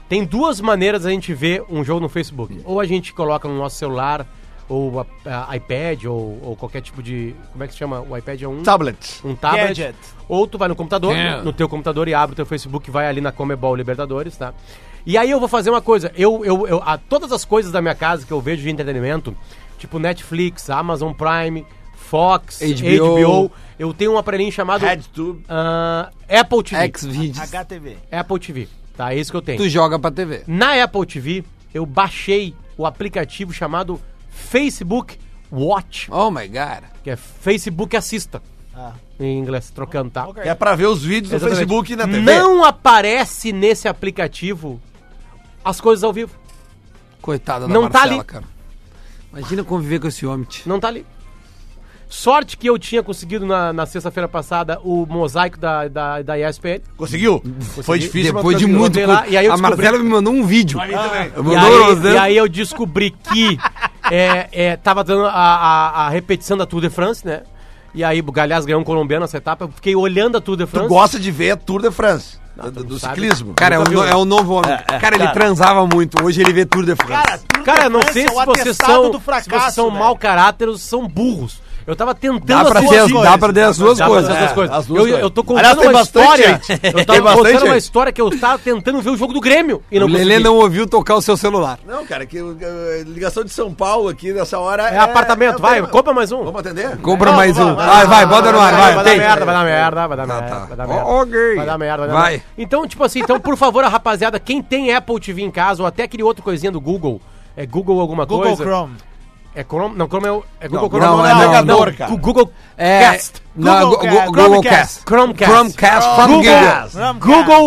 D: Tem duas maneiras da gente ver um jogo no
C: Hum.
D: Facebook. Ou a gente coloca no nosso celular, ou a- a- iPad, ou, ou qualquer tipo de... Como é que se chama? O iPad é um...
C: Tablet.
D: um tablet.
B: Gadget.
D: Ou tu vai no computador,
A: É.
D: no teu computador e abre o teu Facebook, vai ali na Comebol Libertadores, tá? E aí eu vou fazer uma coisa, eu, eu, eu a, todas as coisas da minha casa que eu vejo de entretenimento, tipo Netflix, Amazon Prime, Fox,
A: HBO.
D: HBO, eu tenho um aparelhinho chamado
C: RedTube.
D: ah, Apple TV.
A: Xvideos.
B: HTV.
D: Apple TV, tá? É isso que eu tenho.
A: Tu joga pra TV.
D: Na Apple TV, eu baixei o aplicativo chamado Facebook Watch,
A: Oh my God.
D: que é Facebook Assista,
B: Ah.
D: em inglês, trocando, tá?
B: Ok.
C: É pra ver os vídeos do
D: Exatamente.
C: Facebook e na TV.
D: Não aparece nesse aplicativo as coisas ao vivo.
A: Coitada da
D: Não tá
A: Marcela,
D: ali.
A: cara. Imagina conviver com esse homem. tch.
D: Não tá ali. Sorte que eu tinha conseguido na, na sexta-feira passada o mosaico da, da, da ESPN.
C: Conseguiu? Foi difícil, mas
A: Depois de
C: conseguiu.
A: muito
D: botei lá,
A: cu-
D: e aí eu
A: A
D: descobri-
A: Marcela me mandou um vídeo.
D: E
A: Mandou
D: aí,
A: rosando.
D: e aí eu descobri que é, é, tava dando a, a- a repetição da Tour de France, né? E aí, o Galhaz ganhou um colombiano nessa etapa. Eu fiquei olhando a Tour de
C: Tu
D: France.
C: gosta de ver a Tour de France, do, do
D: sabe.
C: ciclismo.
A: Cara, é um,
D: Nunca
A: no-
D: viu. né?
A: é um novo homem. cara, ele transava muito. Hoje ele vê Tour de France.
B: Cara, tudo
D: Cara,
B: que
D: eu não
B: alcança
D: sei
B: é
D: se
B: o
D: vocês
B: atestado
D: são,
B: do
D: se vocês
B: fracasso,
D: são
B: velho.
D: mau caráter ou são burros. Eu tava tentando
A: dá, pra
D: as
A: ter,
D: duas
A: as- dá pra ter as duas
D: Dá pra
A: coisas.
D: fazer essas
A: É.
D: coisas.
C: as duas
D: eu,
C: coisas.
D: eu tô contando
C: Aliás, tem
D: uma
C: bastante
D: história.
C: gente.
D: Eu
C: Tem
D: tava
C: bastante
D: contando uma
C: gente.
D: história que eu tava tentando ver o jogo do Grêmio e
A: o
D: não
A: Lelê
D: consegui.
A: não ouviu tocar o seu celular.
C: Não, cara, que eh, ligação de São Paulo aqui nessa hora.
D: É apartamento, vai,
C: tema.
D: compra mais um.
C: Vamos atender?
A: Compra
C: Não,
A: mais
C: vamos
A: um.
C: lá,
A: Vai, vai, bota no ar, vai.
D: Vai dar
A: tem.
D: merda, vai dar merda, vai dar
A: Tá,
D: merda,
A: tá.
D: vai dar
A: Ó,
D: merda.
A: ok.
D: Vai dar merda,
A: Vai.
D: merda. Então, tipo assim, então, por favor, a rapaziada, quem tem Apple TV em casa ou até aquele outro coisinha do Google, é Google alguma
B: Google
D: coisa?
B: Chrome.
D: É Chrome? Não, Chrome é, o- é Google
C: Não,
D: Chrome.
A: não, é
C: navegador, cara.
D: Gu- Google
A: É,
D: Cast.
A: não, Google,
B: Google
A: Google,
B: Cast.
A: Cast.
D: é, Chromecast.
A: Chromecast from
D: Google.
A: Google. Oh,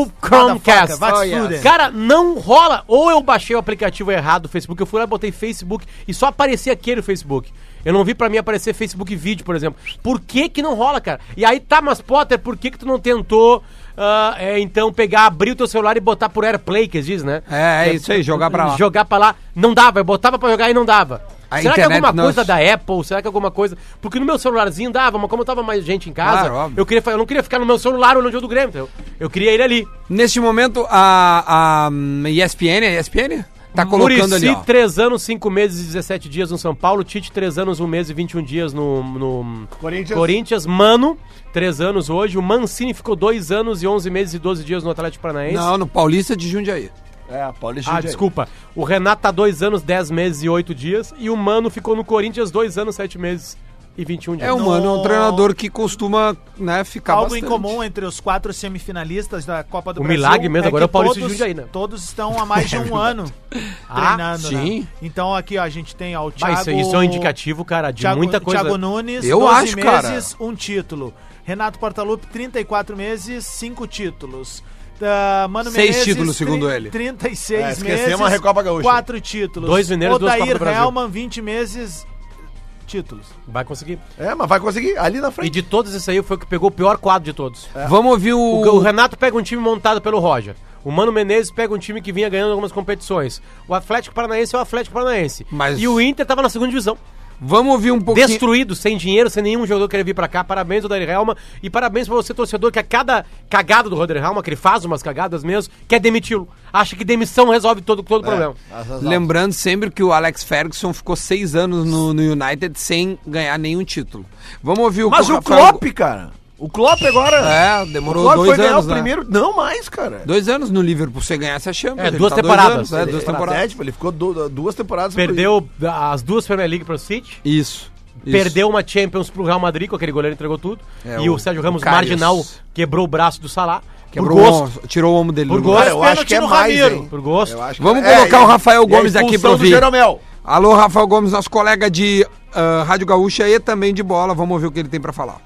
D: Google Chromecast.
B: Vai
D: Cara, não rola. Ou eu baixei o aplicativo errado do Facebook, eu fui lá e botei Facebook e só aparecia aquele Facebook. Eu não vi pra mim aparecer Facebook vídeo, por exemplo. Por que que não rola, cara? E aí tá, mas Potter, por que que tu não tentou, ah, é, então, pegar, abrir o teu celular e botar por AirPlay, que eles dizem, né?
A: É, é isso aí, jogar pra lá.
D: Jogar pra lá. Não dava, eu botava pra jogar e não dava.
A: A
D: Será que é
A: internet
D: alguma
A: não-
D: coisa da Apple? Será que é alguma coisa... Porque no meu celularzinho dava, mas como tava mais gente em casa,
A: Claro, óbvio.
D: eu, queria, fa- eu não queria ficar no meu celular olhando o jogo do Grêmio, entendeu? Eu queria ele ali.
A: Neste momento, a, a hum, ESPN, é ESPN? Tá colocando ali, ó.
D: 3 anos, 5 meses e 17 dias no São Paulo. Tite, 3 anos, 1 mês e 21 dias no, no
C: Corinthians.
D: Corinthians. Mano, 3 anos hoje. O Mancini ficou 2 anos e 11 meses e 12 dias no Atlético Paranaense.
A: Não, no Paulista de Jundiaí.
C: É, Paulista.
D: Ah, desculpa. O Renato tá 2 anos, 10 meses e 8 dias. E o Mano ficou no Corinthians 2 anos, 7 meses e 21 dias.
A: É um mano, é um treinador que costuma, né, ficar
B: Algo
A: bastante.
B: em comum entre os quatro semifinalistas da Copa do
D: O
B: Brasil.
D: milagre mesmo, agora é o
B: que
D: Paulista e
B: todos-
D: Jundiaí, né?
B: Todos estão há mais
C: É
B: de um ano treinando.
A: sim.
B: né? Então aqui, ó, a gente tem ó, o
D: Ah,
B: Thiago.
D: isso, isso é um indicativo, cara, de
B: Thiago,
D: muita coisa.
B: Thiago Nunes,
A: Eu acho,
B: meses, um título. Renato Portaluppi, 34 meses, cinco títulos. Ah, Mano
A: Seis
B: Menezes,
A: títulos,
B: tri-
A: segundo ele.
B: 36
C: É,
B: meses.
C: esquecemos a Recopa Gaúcha.
B: Quatro títulos.
D: Dois mineiros, duas Copas
B: Odair
D: do Brasil.
B: Helman, 20 meses, títulos.
D: Vai conseguir.
C: É, mas vai conseguir ali na
D: E
C: frente.
D: de todos isso aí, foi o que pegou o pior quadro de todos.
A: Vamos ouvir o...
D: O, o Renato pega um time montado pelo Roger. O Mano Menezes pega um time que vinha ganhando algumas competições. O Atlético Paranaense é o Atlético Paranaense.
A: Mas-
D: E o Inter tava na segunda divisão.
A: Vamos ouvir um pouquinho...
D: Destruído, sem dinheiro, sem nenhum jogador querer vir pra cá. Parabéns ao Dani Helma. E parabéns pra você, torcedor, que a cada cagada do Roder Helma, que ele faz umas cagadas mesmo, quer demiti-lo. Acha que demissão resolve todo, todo
A: É.
D: problema.
A: Lembrando sempre que o Alex Ferguson ficou seis anos no, no United sem ganhar nenhum título. Vamos ouvir o
C: Mas
A: que
C: o
A: Rafael-
C: Klopp, cara. O Klopp agora.
A: É,
C: o
A: demorou
C: Klopp foi
A: dois
C: ganhar
A: anos.
C: o
A: né?
C: primeiro. Não mais, cara.
A: Dois anos no Liverpool, você ganhasse a Champions.
D: É,
A: ele
D: duas
A: tá dois
D: temporadas.
A: anos, é, duas
C: Ele era
A: temporadas.
C: Atlético, ele ficou du- duas temporadas.
D: Perdeu as duas Premier League pro City.
A: Isso. isso.
D: Perdeu uma Champions pro Real Madrid, com aquele goleiro que entregou tudo.
A: É,
D: e
A: o-
D: o Sérgio Ramos,
A: o Karius.
D: marginal, quebrou o braço do Salah.
A: Quebrou o
D: por gosto.
A: ombro, tirou o ombro dele.
D: Por
A: do
D: gosto.
C: Cara,
A: lugar.
C: eu
B: Mas
C: acho que é
B: pênalti no
C: mais,
B: Ramiro.
C: hein.
D: Por gosto.
C: Eu acho que-
A: Vamos
C: É,
A: colocar
C: e-
A: o Rafael
C: e a
A: Gomes aqui pra
C: expulsão do
A: ouvir.
C: Jeromel.
A: Alô, Rafael Gomes, nosso colega de ah, Rádio Gaúcha e também de bola. Vamos ouvir o que ele tem pra falar.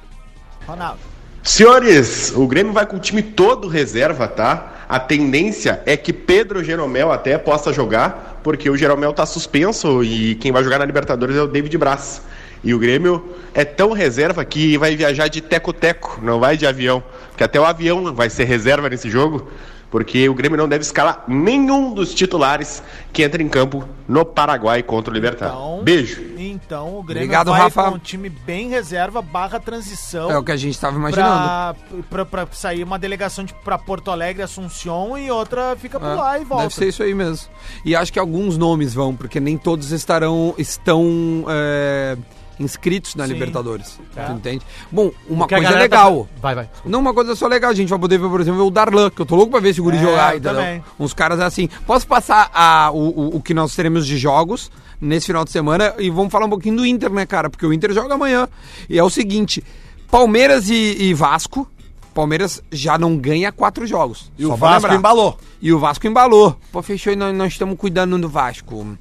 B: Ronaldo.
G: Senhores, o Grêmio vai com o time todo reserva, tá? A tendência é que Pedro Jeromel até possa jogar, porque o Jeromel tá suspenso e quem vai jogar na Libertadores é o David Braz. E o Grêmio é tão reserva que vai viajar de teco-teco, não vai de avião. Porque até o avião vai ser reserva nesse jogo, porque o Grêmio não deve escalar nenhum dos titulares que entra em campo no Paraguai contra o Libertar.
B: Então-
G: Beijo.
B: Então o Grêmio
A: Obrigado,
B: vai
A: Rafa.
B: com um time bem reserva barra transição.
D: Então,
A: É o que a gente tava imaginando.
B: Pra, pra, pra sair uma delegação de, pra Porto Alegre, Assunção e outra fica por lá e volta.
A: É, Ah, Deve ser isso aí mesmo. E acho que alguns nomes vão, porque nem todos estarão estão é, inscritos na
B: Sim.
A: Libertadores.
B: É.
A: Tu entende? Bom, uma
D: Tá. Porque a
A: coisa
D: galera tá-
A: é legal.
D: Vai, vai.
A: Não, uma coisa só legal, a gente vai poder ver, por exemplo, o Darlan, que eu tô louco pra ver se o Guri
B: É,
A: jogar,
B: eu
A: entendeu?
B: também.
A: Uns caras assim. Posso passar a, o, o, o que nós teremos de jogos nesse final de semana e vamos falar um pouquinho do Inter, né, cara? Porque o Inter joga amanhã. E é o seguinte: Palmeiras e, e Vasco. Palmeiras já não ganha quatro jogos.
C: E o
A: só pra
C: Vasco
A: lembrar.
C: embalou.
A: E o Vasco embalou. Pô, fechou e nós, nós estamos cuidando do Vasco.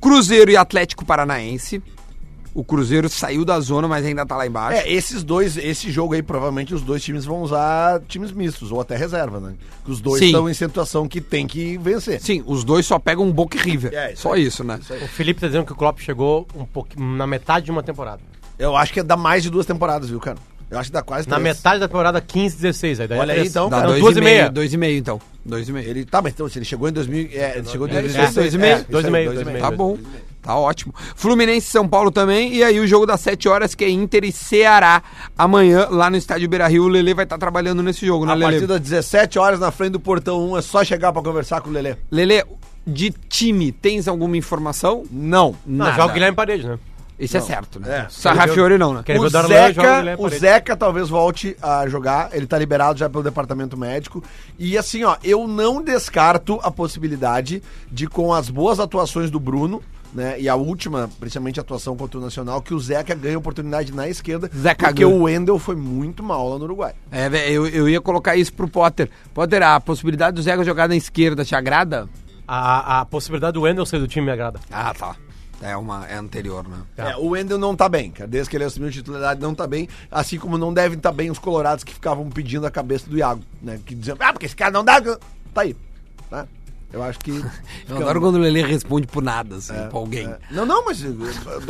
A: Cruzeiro e Atlético Paranaense. O Cruzeiro saiu da zona, mas ainda tá lá embaixo.
C: É, esses dois, esse jogo aí, provavelmente os dois times vão usar times mistos, ou até reserva, né? Os dois
A: Sim.
C: estão em situação que tem que vencer.
A: Sim, os dois só pegam um Boca e River.
C: É, isso
A: só
C: aí.
A: isso, né?
D: O Felipe tá dizendo que o Klopp chegou um pouquinho, na metade de uma temporada.
C: Eu acho que dá mais de duas temporadas, viu, cara? Eu acho que dá quase
D: Na
C: três.
D: metade da temporada 15, 16. Aí daí
C: Olha aí,
D: três.
C: então,
D: Dá
C: cara.
D: dois
A: dois
D: e meia.
A: Dois e meio, então. Dois e meio.
C: Ele, tá, mas então, se ele chegou em 2000... É, ele chegou em
A: É, isso aí,
C: 2016.
A: dois e
C: é,
A: meio.
C: isso aí,
D: Dois e meio,
C: dois e meio.
A: Tá bom. Tá ótimo. Fluminense e São Paulo também. E aí o jogo das 7 horas, que é Inter e Ceará. Amanhã, lá no estádio Beira Rio, o Lele vai estar trabalhando nesse jogo, né,
C: A partir
A: Lele?
C: das 17 horas na frente do portão 1, é só chegar pra conversar com o Lelê.
A: Lele, de time, tens alguma informação?
C: Não.
D: Não, joga o Guilherme Paredes, né?
A: Isso é certo, né?
C: É.
A: Sarrafiori não, né?
D: Quer ver
C: O
D: o Darlan, joga o
C: Zeca,
D: Guilherme
C: o
D: Paredes.
C: Zeca talvez volte a jogar, ele tá liberado já pelo departamento médico. E assim, ó, eu não descarto a possibilidade de, com as boas atuações do Bruno, né, e a última, principalmente a atuação contra o Nacional, que o Zeca ganha oportunidade na esquerda,
A: Zeca
C: porque
A: ganha.
C: o Wendel foi muito mal lá no Uruguai.
A: É, vé, eu, eu ia colocar isso pro Potter. Potter, a possibilidade do Zeca jogar na esquerda te agrada?
D: A, a possibilidade do Wendel sair do time me agrada.
A: Ah, tá. É uma é anterior, né?
D: Tá.
C: É, o Wendel não tá bem, cara. Desde que ele assumiu a titularidade, não tá bem. Assim como não devem estar bem os colorados que ficavam pedindo a cabeça do Iago, né? Que diziam, ah, porque esse cara não dá. Tá aí. Tá? Eu acho que.
A: Eu adoro quando o Lele responde por nada, assim, pra alguém.
C: É. Não, não, mas eh,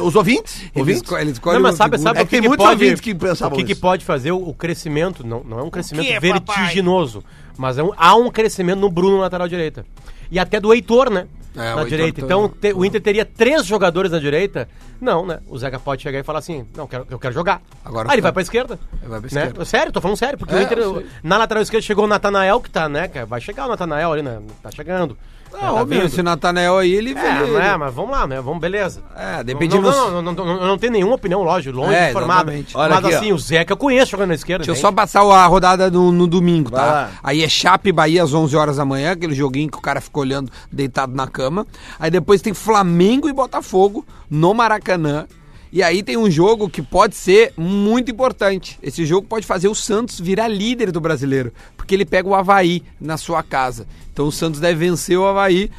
C: os ouvintes.
A: Ele,
C: ouvintes
A: esco ele escolhe
D: Não, mas
A: uma
D: sabe,
A: figura.
D: sabe
C: É
D: o
C: que
D: que,
C: tem
D: que
C: muitos
D: pode,
C: ouvintes que pensavam
D: o que, que
C: isso.
D: pode fazer o, o crescimento, não, não é um crescimento vertiginoso, mas é um- há um crescimento no Bruno na lateral direita. E até do Heitor, né?
A: É, o
D: na
A: Heitor
D: direita.
A: tá-
D: Então te- o Inter teria três jogadores na direita. Não, né? O Zeca pode chegar e falar assim: não, quero, eu quero jogar.
A: Agora
D: Aí ele
A: tá.
D: vai pra esquerda.
A: Ele vai pra
D: né?
A: esquerda.
D: Sério, tô falando sério, porque
A: É,
D: o Inter.
A: eu sei.
D: Na lateral esquerda chegou o Natanael, que tá, né? cara, Vai chegar o Natanael ali, né? Tá chegando. né,
A: Ah,
D: tá
A: óbvio,
D: vindo.
A: esse Natanael aí, ele...
D: É,
A: ele-
D: né, mas vamos lá, né? Vamos, beleza.
A: É,
D: Dependendo.
A: dependendo...
D: Não, não, não, não, não, não tem nenhuma opinião, lógico, longe
A: É,
D: de formada.
A: exatamente.
C: Olha
D: Mas
C: aqui, ó.
D: assim, o Zeca eu conheço jogando na esquerda.
A: Deixa eu
D: né?
A: só passar a rodada no, no domingo,
C: Vai
A: tá?
C: lá.
A: Aí é Chape e Bahia às 11 horas da manhã, aquele joguinho que o cara ficou olhando deitado na cama. Aí depois tem Flamengo e Botafogo no Maracanã. E aí tem um jogo que pode ser muito importante. Esse jogo pode fazer o Santos virar líder do brasileiro, porque ele pega o Havaí na sua casa. Então o Santos deve vencer o Havaí.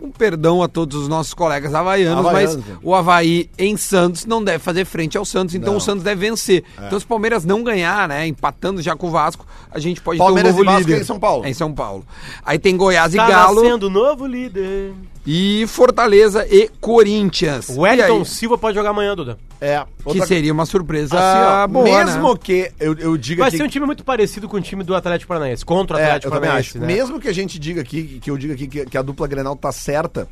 A: Um perdão a todos os nossos colegas havaianos,
C: Havaianos,
A: mas
C: né?
A: o Havaí em Santos não deve fazer frente ao Santos, então o Santos deve vencer.
C: É.
A: Então se o Palmeiras não ganhar, né, empatando já com o Vasco, a gente pode
C: Palmeiras
A: ter um novo
C: e Vasco
A: líder.
C: é em São Paulo.
A: É em São Paulo. Aí tem Goiás
D: Tá
A: e Galo
D: nascendo o novo líder.
A: e Fortaleza e Corinthians.
D: O Wellington
A: E aí,
D: Silva pode jogar amanhã, Duda.
C: É,
A: que seria uma surpresa
C: assim, ó,
A: boa,
C: mesmo
A: né?
C: que eu, eu diga
D: Vai
C: que
D: ser um time muito parecido com o time do Atlético Paranaense, contra o
C: É,
D: Atlético
C: eu também
D: Paranaense.
C: acho.
D: Né?
C: Mesmo que a gente diga aqui, que eu diga aqui que, que a dupla Grenal tá certa.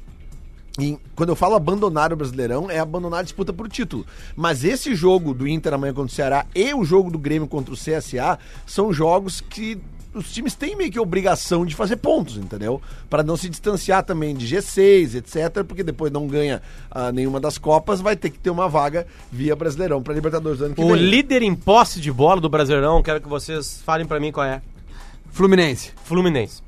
C: em- quando eu falo abandonar o Brasileirão, é abandonar a disputa por título. Mas esse jogo do Inter amanhã contra o Ceará e o jogo do Grêmio contra o CSA são jogos que os times têm meio que obrigação de fazer pontos, entendeu? Para não se distanciar também de G6, etc, porque depois não ganha ah, nenhuma das copas, vai ter que ter uma vaga via Brasileirão para Libertadores do ano que
D: O
C: vem.
D: líder em posse de bola do Brasileirão, quero que vocês falem pra mim qual é.
A: Fluminense,
D: Fluminense.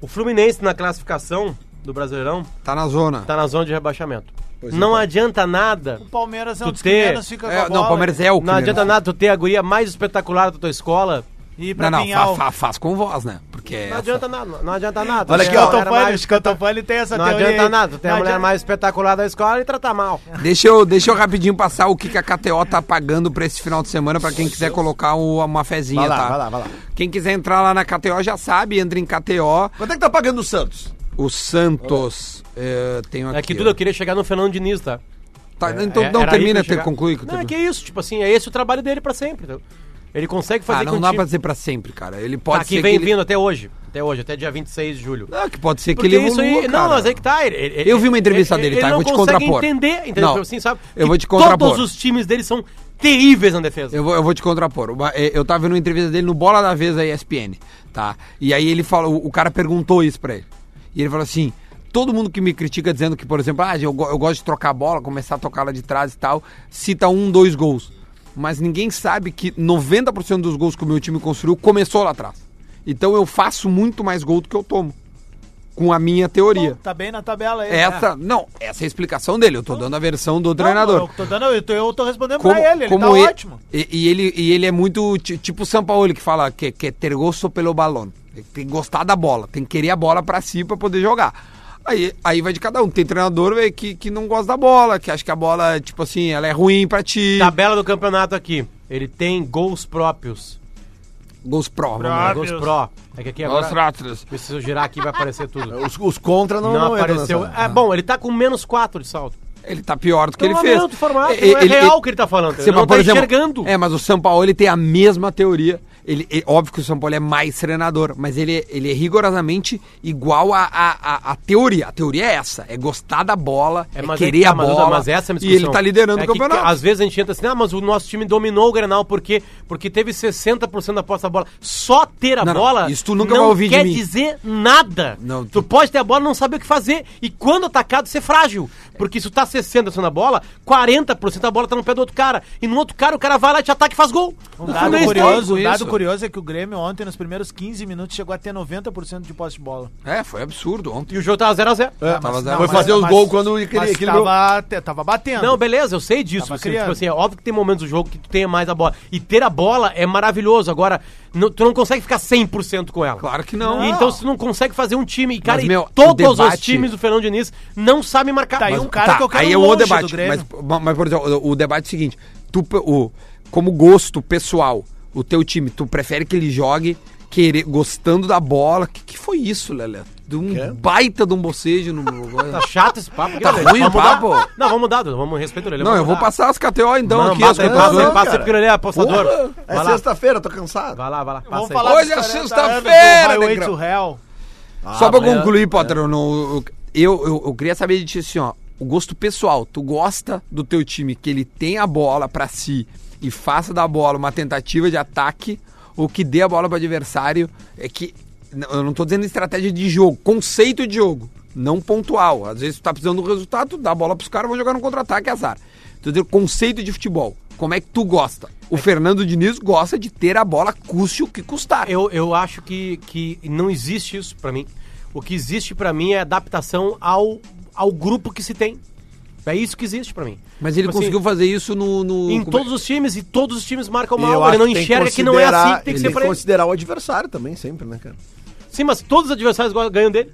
D: O Fluminense na classificação do Brasileirão
A: tá na zona.
D: tá na zona de rebaixamento.
C: Pois
D: não
C: então.
D: adianta nada.
B: O Palmeiras é um
D: Tu
B: dos que
D: ter-
B: menos fica
A: É,
B: com a
A: não,
B: bola.
A: o Palmeiras é o que
D: Não adianta
A: menos.
D: nada tu ter a guria mais espetacular da tua escola
B: E pra
A: é- Não, não,
B: Pinhal.
A: fa- fa- faz com voz, né? Porque que é
H: Não
A: essa?
H: adianta nada, não adianta nada. né?
C: Olha
H: Tem
C: aqui,
H: a
C: ó,
H: mulher
B: Cantofani,
H: mais-
B: os Cantofani tem essa
H: Não
B: teoria.
H: adianta
B: aí.
H: nada, tem a
B: Não
H: mulher
B: adianta-
H: mais espetacular da escola e tratar mal.
A: Deixa eu, deixa eu rapidinho passar o que, que a KTO tá pagando pra esse final de semana, pra quem quiser colocar o- uma fezinha,
C: Vai lá,
A: tá?
C: vai lá, vai lá.
A: Quem quiser entrar lá na KTO já sabe, entra em KTO.
C: Quanto é que tá pagando o Santos?
A: O Santos, é, tenho aqui.
D: É que
A: ó.
D: tudo eu queria chegar no Fernando Diniz, tá?
A: Tá, então
D: É,
A: não
D: era
A: termina,
D: aí que eu ia
A: te,
D: chegar.
A: conclui. que
D: Não,
A: tu-
D: é que é isso, tipo assim, é esse o trabalho dele pra sempre. entendeu? Ele consegue
A: Ah,
D: fazer com
A: não dá
D: que-
A: pra dizer pra sempre, cara. Ele
D: Tá,
A: pode
D: que
A: ser
D: vem
A: que ele...
D: vindo até hoje. Até hoje, até dia 26 de julho.
A: Não, que pode ser que
D: Porque
A: ele evolua,
D: isso aí,
A: cara.
D: não, mas aí que tá. ele- ele-
A: Eu vi uma entrevista dele, tá? Eu
D: Ele não
A: vou te
D: consegue
A: contrapor.
D: entender, entendeu?
A: Não.
D: Assim, sabe?
A: Eu
D: Que
A: vou te contrapor.
D: Todos os times dele são terríveis na defesa.
A: Eu vou, eu vou te contrapor. Uma- eh, Eu tava vendo uma entrevista dele no Bola da Vez da ESPN, tá? E aí ele falou, o cara perguntou isso pra ele. E ele falou assim: todo mundo que me critica dizendo que, por exemplo, ah, eu, go- eu gosto de trocar a bola, começar a tocar lá de trás e tal, cita um, dois gols. Mas ninguém sabe que 90% dos gols que o meu time construiu começou lá atrás. Então eu faço muito mais gol do que eu tomo. Com a minha teoria.
B: Tá bem na tabela aí.
A: Essa, não, essa é a explicação dele. Eu tô dando a versão do
B: Não,
A: treinador
B: Eu tô, dando, eu tô, eu tô respondendo
A: como,
B: pra ele, ele
A: como
B: tá
A: e-
B: ótimo.
A: E, e ele, e ele é muito ti- tipo o Sampaoli que fala que, que é ter gosto pelo balão. Tem que gostar da bola, tem que querer a bola pra si pra poder jogar. Aí, aí vai de cada um. Tem treinador velho, que, que não gosta da bola, que acha que a bola, tipo assim, ela é ruim pra ti.
B: Tá.
D: Tabela do campeonato aqui. Ele tem gols próprios.
A: Gols pró. vamos lá.
D: Né? Gols pró. É que aqui
A: Gols
D: agora.
A: rápidos.
D: Preciso girar aqui vai aparecer tudo.
C: Os, os contra não,
D: Não,
C: não, entram
D: apareceu.
C: nessa.
D: É bom, ele tá com menos 4 de saldo.
A: Ele tá pior do que
D: Então,
A: ele
D: é
A: fez.
D: outro formato,
A: E-
D: não é real o que ele tá falando,
A: Sim,
D: ele
A: mas,
D: não
A: por
D: tá
A: exemplo,
D: enxergando.
A: É, mas o São Paulo ele tem a mesma teoria. Ele, é óbvio que o São Paulo é mais treinador, mas ele, ele é rigorosamente igual à a, a, a teoria. A teoria é essa: é gostar da bola, é,
D: mas
A: querer
D: é que tá,
A: a
D: mas-
A: bola.
D: Mas essa é uma
A: e ele tá liderando
D: É
A: o
D: que-
A: campeonato.
D: que às vezes a gente entra assim, ah, mas o nosso time dominou o Grenal porque porque teve 60% da posse da bola. Só ter a
A: Não, não,
D: bola
A: isso tu nunca vai ouvir de
D: quer
A: mim.
D: dizer nada.
A: Não,
D: tu...
A: tu-
D: pode ter a bola e não saber o que fazer. E quando atacado, ser frágil. Porque se tu tá 60% da bola, 40% da bola tá no pé do outro cara. E no outro cara, o cara vai lá, te ataca e faz gol.
B: Um
D: O
B: dado,
D: Fluminense tá aí.
B: curioso, um
A: isso.
B: dado curioso é que o Grêmio ontem, nos primeiros 15 minutos, chegou a ter 90% de posse de bola.
A: É, foi absurdo ontem.
D: E o jogo tá tava 0x0.
C: É,
A: Tava
C: mas-
A: zero.
C: foi
A: Mas-
C: fazer os gols quando ele
B: mas
C: equilibrou.
B: tava, te- tava batendo.
D: Não, beleza, eu sei disso.
B: Tava
D: assim,
B: criando.
D: tipo assim, é óbvio que tem momentos do jogo que tu tenha mais a bola. E ter a bola é maravilhoso. Agora, não- tu não consegue ficar 100% com ela.
A: Claro que não.
D: Então você não consegue fazer um time. E, cara,
A: Mas,
D: e
A: meu,
D: todos
A: o debate-
D: os times do Fernando Diniz não sabem marcar.
B: Tá aí
D: Mas-
B: um cara que eu quero
A: aí é
B: longe
A: outro debate.
B: do Grêmio.
A: Mas, mas, por exemplo, o, o debate é o seguinte: tu, pe- o, como gosto pessoal, o teu time, tu prefere que ele jogue querer, gostando da bola? Que, que foi isso, Lelé? De um baita de um bocejo no.
D: Tá chato esse papo. aqui,
A: Tá
D: Lelê.
A: ruim o
D: Vamos mudar?
A: papo?
D: Não, vamos mudar, Dudu, vamos respeitar ele.
A: não, eu vou passar as KTO então
D: Não, é
A: aqui.
D: passa,
A: as
D: aí, passa,
A: KTO.
D: aí, passa
C: cara.
D: aí, Pirulê, apostador.
C: É
D: Vai lá,
C: sexta-feira, tô cansado.
D: vai lá, vai lá.
B: Vamos
D: Passa aí.
B: falar
A: Hoje
B: dos
A: é
B: 40
A: sexta-feira,
B: anos do Highway
A: Negrão.
B: to Hell.
A: Só
D: Ah,
A: pra
D: é-
C: amanhã-
A: concluir, Potter, eu, não- eu, eu, eu queria saber de ti assim, ó. O gosto pessoal, tu gosta do teu time que ele tem a bola pra si e faça da bola uma tentativa de ataque ou que dê a bola pro adversário é que n- eu não tô dizendo estratégia de jogo, conceito de jogo, não pontual. Às vezes tu tá precisando do resultado, tu dá a bola pros caras, vão jogar no contra-ataque, é azar. Tô dizendo conceito de futebol. Como é que tu gosta? O Fernando Diniz gosta de ter a bola custe o que custar.
D: Eu, eu acho que, que não existe isso pra mim. O que existe pra mim é adaptação ao, ao grupo que se tem. É isso que existe pra mim.
A: Mas ele
D: Tipo assim,
A: conseguiu fazer isso no, no-
D: em
A: como é-
D: todos os times e todos os times marcam
C: E eu
D: mal.
C: acho
D: Ele não
C: que tem
D: enxerga que não é assim que tem que
C: ele
D: ser pra ele.
C: considerar o adversário também, sempre, né, cara?
D: Sim, mas todos os adversários go- ganham dele.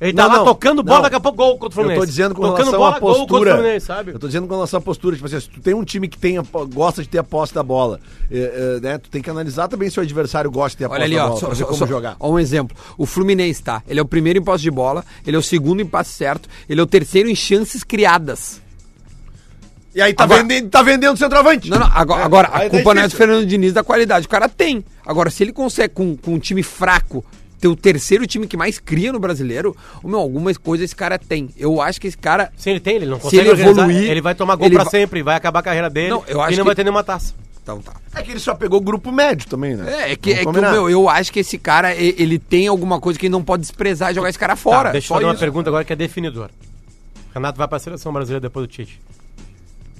D: Ele tá
C: Não,
D: lá
C: não,
D: tocando bola,
C: não.
D: daqui a pouco gol contra o
C: Eu
D: Fluminense.
C: tô dizendo com
D: tocando
C: relação à
D: gol contra o
C: postura.
D: Fluminense, sabe?
C: Eu tô dizendo com relação à postura. Tipo assim, se tu tem um time que tem a po- gosta de ter a posse da bola, é, é, né, tu tem que analisar também se o adversário gosta de ter a posse
A: Olha ali,
C: da
A: ó,
C: bola,
A: só,
C: pra ver
A: só-
C: como
A: só-
C: jogar.
A: ó um exemplo. O Fluminense, tá? Ele é o primeiro em posse de bola, ele é o segundo em passe certo, ele é o terceiro em chances criadas.
C: E aí tá,
A: Agora-
C: vendendo, tá vendendo centroavante.
A: Não, não, agora, agora, a
C: aí tá
A: culpa não é do
C: difícil.
A: Fernando Diniz da qualidade, o cara tem. Agora, se ele consegue com, com um time fraco ter o terceiro time que mais cria no brasileiro, ô, meu, algumas coisas esse cara tem. Eu acho que esse cara...
D: Se ele tem, ele não
A: Se
D: consegue
A: ele
D: organizar,
A: evoluir,
D: ele vai tomar gol
A: ele
D: pra
A: va-
D: sempre, vai acabar a carreira dele
A: Não, eu acho
D: e não
A: que-
D: vai ter nenhuma taça.
A: Então tá.
C: É que ele só pegou grupo médio também, né?
A: É, é que, é que o
C: Vamos combinar.
A: meu, eu acho que esse cara, e- ele tem alguma coisa que ele não pode desprezar e jogar esse cara fora.
D: Tá, deixa eu
A: Só
D: fazer uma
A: isso.
D: pergunta agora que é definidora. Renato vai pra seleção brasileira depois do Tite.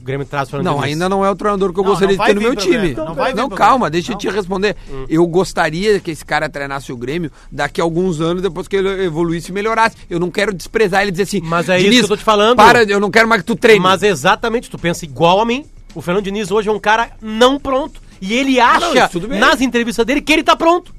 D: O Grêmio traz o Fernando
A: Não,
D: Diniz.
A: ainda não é o treinador que eu
B: Não,
A: gostaria
B: não
A: de ter
B: vai
A: no
B: vir
A: meu
B: pro
A: time.
B: Grêmio, não vai vir
A: Não,
B: pro
A: calma,
B: Grêmio.
A: deixa eu te
B: Não.
A: responder.
D: Hum.
A: Eu gostaria que esse cara treinasse o Grêmio daqui a alguns anos, depois que ele evoluísse e melhorasse. Eu não quero desprezar ele e dizer assim.
D: Mas é isso
A: "Diniz,
D: que eu tô te falando."
A: Para, eu não quero mais que tu treine.
D: Mas é exatamente, tu pensa igual a mim. O Fernando Diniz hoje é um cara não pronto. E ele acha,
A: não, isso tudo bem.
D: nas entrevistas dele, que ele tá pronto.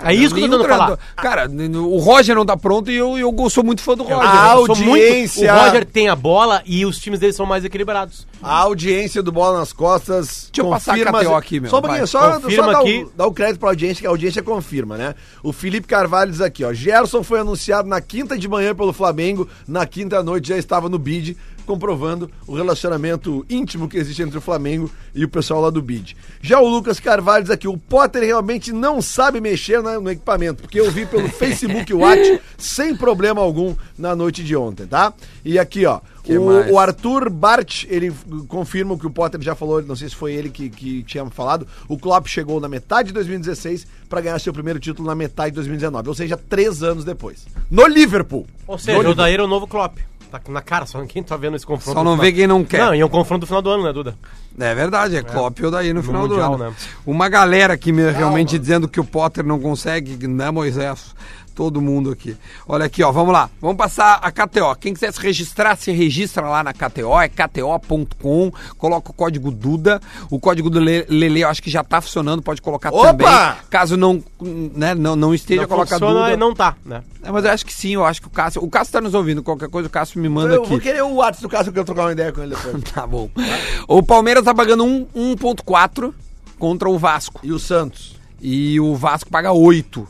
D: É isso que eu tô
A: Nenhum
D: tentando falar. É
A: treinador- Cara, n- o Roger não tá pronto e eu, eu sou muito fã do Roger.
C: Ah,
A: Eu
D: Eu sou muito-
C: Audiência.
D: o Roger tem a bola e os times dele são mais equilibrados.
C: A audiência do Bola nas Costas.
A: Deixa eu passar a KTO aqui, meu,
C: Só um
A: vai.
C: pouquinho, só,
D: Confirma
C: só dá,
D: aqui.
C: o, dá o crédito pra audiência, que a audiência confirma, né? O Felipe Carvalho diz aqui, ó. Gerson foi anunciado na quinta de manhã pelo Flamengo, na quinta à noite já estava no BID, comprovando o relacionamento íntimo que existe entre o Flamengo e o pessoal lá do BID. Já o Lucas Carvalho diz aqui, o Potter realmente não sabe mexer na- no equipamento, porque eu vi pelo Facebook Watch sem problema algum na noite de ontem, tá? E aqui, ó.
A: mais?
C: O, o Arthur Bart, ele confirma o que o Potter já falou, não sei se foi ele que, que tinha falado. O Klopp chegou na metade de 2016 para ganhar seu primeiro título na metade de 2019, ou seja, três anos depois. No Liverpool.
D: Ou seja, o Odair é o novo Klopp. Tá na cara, só quem tá vendo esse confronto.
A: Só
D: do
A: não
D: final.
A: vê quem não quer.
D: Não, e é um confronto do final do ano, né, Duda?
A: É verdade, é Klopp ou daí no final
D: Mundial,
A: do ano.
D: né?
A: Uma galera que me, realmente dizendo que o Potter não consegue, né, Moisés? Todo mundo aqui. Olha aqui, ó, vamos lá. Vamos passar a KTO. Quem quiser se registrar, se registra lá na KTO, é kto.com, coloca o código DUDA. O código do Le- Lele eu acho que já tá funcionando, pode colocar
C: Opa!
A: também. Caso não, né, não, não esteja,
D: Não
A: coloca
D: funciona
A: DUDA.
D: e não tá, né?
A: É, mas eu acho que sim, eu acho que o Cássio... O Cássio tá nos ouvindo, qualquer coisa o Cássio me manda
C: Eu
A: aqui.
C: vou querer o WhatsApp do caso que eu trocar uma ideia com ele depois.
A: Tá bom. O Palmeiras tá pagando um- 1.4 contra o Vasco.
C: e o Santos?
A: E o Vasco paga 8.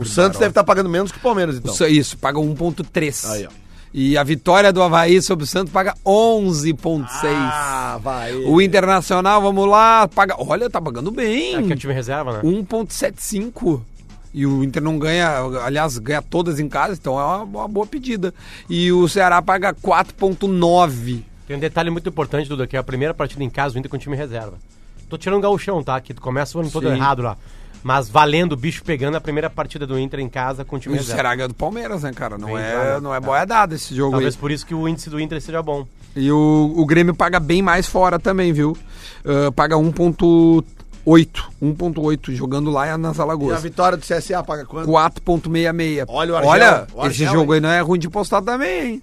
C: O Santos deve estar pagando menos que o Palmeiras, então.
A: é Isso, isso, paga 1.3.
C: Aí, ó.
A: E a vitória do Havaí sobre o Santos paga
C: Ah,
A: 11.6.
C: vai.
A: o Internacional, vamos lá, paga... Olha, tá pagando bem.
D: É que é o time reserva, né?
A: 1.75. E o Inter não ganha, aliás, ganha todas em casa, então é uma, uma boa pedida. E o Ceará paga 4.9.
D: Tem um detalhe muito importante, Duda, que é a primeira partida em casa do Inter com time reserva. Tô tirando o gauchão, tá? Que tu começa o ano todo
A: Sim.
D: errado lá. Mas valendo o bicho pegando a primeira partida do Inter em casa com time
A: E o
D: reserva.
A: Ceará ganha do Palmeiras, né, cara? Não
D: Bem
A: é,
D: jogado,
A: não é
D: tá.
A: boia dada esse jogo
D: Talvez
A: aí.
D: por isso que o índice do Inter seja bom.
A: E o, o Grêmio paga bem mais fora também, viu? Ah, paga 1.8. 1.8 jogando lá nas
C: E a
A: Alagoas.
C: vitória do CSA paga quanto?
A: 4.66.
C: Olha o Argel,
A: Olha,
C: o Argel,
A: esse jogo aí
C: hein?
A: não é ruim de postar também, hein?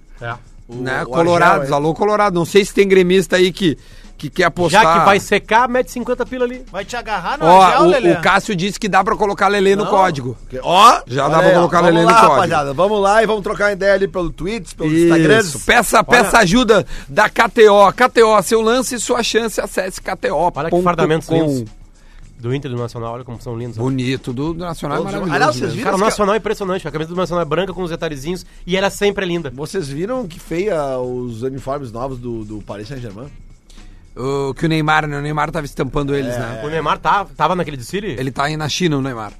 C: O-
A: né?
C: o
A: Colorados,
C: Argel, é. hein?
A: alô Colorado. Não sei se tem gremista aí que, que quer apostar.
D: Já que vai secar, mete 50 pila ali.
B: Vai te agarrar no
A: Ó,
B: Argel, Lelê?
A: o, o Cássio disse que dá pra colocar Lelê no código.
C: Ó,
A: Já
C: olha
A: dá pra
C: aí, ó.
A: colocar
C: Vamos
A: Lelê no
C: lá,
A: código.
C: rapaziada. Vamos lá e vamos trocar ideia ali pelo Twitter, pelo Instagram.
A: Isso. Peça, peça ajuda da KTO. KTO, seu lance e sua chance, acesse KTO.
D: Olha que fardamentos lindos. Do Inter e do Nacional, olha como são lindos.
A: Bonito, do do Nacional é
C: Todos-
A: maravilhoso.
C: Aliás, vocês
A: mesmo.
C: viram,
D: Cara, o
C: esse ca-
D: Nacional é impressionante. A camisa do Nacional é branca com os detalhezinhos e ela sempre é linda.
C: Vocês viram que feia os uniformes novos do, do Paris Saint-Germain?
A: O, que o Neymar, né? O Neymar tava estampando eles, né?
D: O Neymar tá, tava naquele desfile?
A: Ele tá aí na China, o Neymar.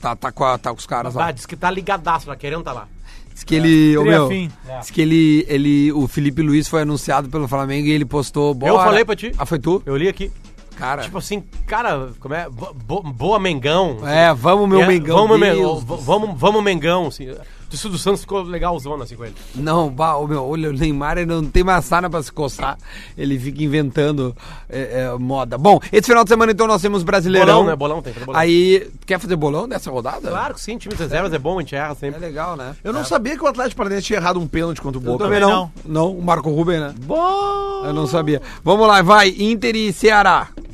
A: Tá, tá, com, a- tá com os caras
D: Ah,
A: lá.
D: diz que tá ligadaço lá, querendo tá lá.
A: Diz que
D: É.
A: ele. ô, meu,
B: Triafim.
A: diz que ele, ele. O Felipe Luiz foi anunciado pelo Flamengo e ele postou. "Bora."
D: falei pra ti.
A: Ah, foi tu?
D: Eu li aqui.
A: Cara.
D: Tipo assim, cara, como é? Bo- bo- boa Mengão.
A: é, vamos, meu
D: É,
A: Mengão.
D: Vamos,
A: Deus
D: Mengão.
A: do
D: v- Vamos, vamos, Mengão. Assim. Isso do Santos ficou legalzona assim com ele.
A: Não, bah, ô, meu, olha, o Neymar ele não tem maçana pra se coçar. Ele fica inventando é, é, moda. Bom, esse final de semana então nós temos Brasileirão.
D: Bolão, né? Bolão tem, tem bolão.
A: Aí, quer fazer bolão dessa rodada?
D: Claro que sim, time de reservas é bom, a gente erra
A: É
D: sempre.
A: legal, né?
C: Eu não sabia que o Atlético Paranaense tinha errado um pênalti contra o Boca.
A: Também
B: também
A: não. não. o Marco Ruben, né? Bom! Eu não sabia. Vamos lá, vai. Inter e Ceará.
D: De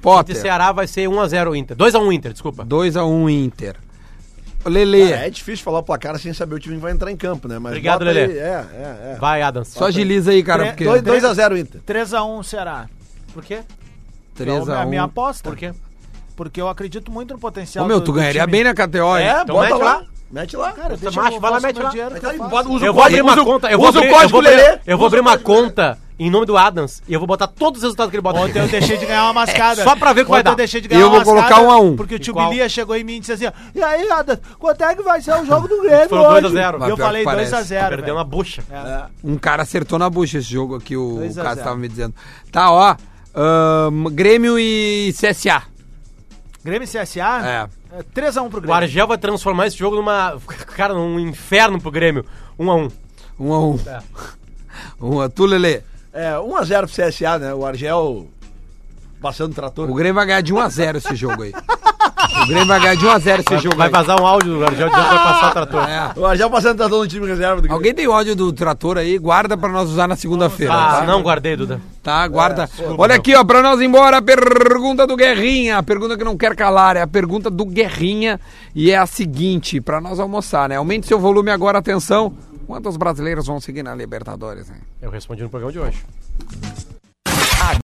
A: Potter.
D: Ceará vai ser 1x0 o Inter. 2x1 Inter, desculpa.
A: 2x1 Inter. Lele,
C: Cara, é difícil falar o placar sem saber o time que vai entrar em campo, né? Mas
D: Obrigado,
C: bota aí-
D: Lelê.
C: É, é, é.
D: Vai, Adams.
A: só agiliza aí, cara, porque...
B: dois-
C: 2x0 Inter.
B: 3x1 Ceará.
D: Por quê?
B: Então, é a
A: 3x1.
B: minha aposta.
D: Por quê?
B: Porque eu acredito muito no potencial
A: Ô, meu,
B: do-
A: tu
B: do
A: ganharia
B: time.
A: bem na KTO, hein?
C: É,
D: Então
C: bota
D: mete
C: lá.
D: lá.
C: Mete lá.
B: Cara, deixa
D: macho,
B: eu
D: vai lá,
B: faço
D: mete
B: meu
D: lá.
B: dinheiro que eu faço.
C: usa
D: Eu vou abrir uma conta. Eu vou
C: usa o
D: abrir, eu
C: código
D: vou abrir-
C: Lelê.
D: Eu vou abrir uma conta em nome do Adams e eu vou botar todos os resultados que ele bota.
B: Ontem eu deixei de ganhar uma mascada.
D: É, só pra ver o que vai
B: Ontem
D: dar.
B: eu deixei de
A: E
B: ganhar
A: eu vou
B: uma
A: colocar
B: mascada
A: um a um.
B: Porque o tio
D: Igual.
B: Bilia chegou em mim e disse assim, ó, e aí, Adas, quanto é que vai ser o jogo do Grêmio
D: Foi um
B: hoje?
D: 2x0.
B: E eu
A: Pior
B: falei
A: que parece.
B: 2x0,
D: Perdeu uma bucha.
B: É.
A: Um cara acertou na bucha esse jogo aqui, o, o
B: 2 a
A: Cássio
B: 0.
A: tava me dizendo. Tá, ó. ahn, Grêmio e CSA.
B: Grêmio e CSA, é. 3x1 pro
D: O
B: Grêmio.
D: Argel vai transformar esse jogo numa. Cara, num inferno pro Grêmio. 1x1.
A: 1x1. 1 a Tu, Lele.
C: É, 1x0 pro CSA, né? O Argel passando o trator.
A: um O Grêmio vai ganhar de 1x0 esse jogo aí. O Grêmio vai ganhar de 1x0 esse jogo.
D: Vai
A: aí.
D: vazar um áudio do Guardião, vai passar o trator.
A: É.
C: Já passando tá todo no time reserva do
A: Alguém tem o áudio do trator aí? Guarda pra nós usar na segunda-feira.
D: Ah,
A: tá?
D: não guardei, Duda.
A: Tá, guarda. Olha aqui, ó, pra nós ir embora, a pergunta do Guerrinha. A pergunta que não quer calar é a pergunta do Guerrinha e é a seguinte, pra nós almoçar, né? Aumente seu volume agora, atenção. Quantos brasileiros vão seguir na Libertadores, hein?
D: Eu respondi no programa de hoje.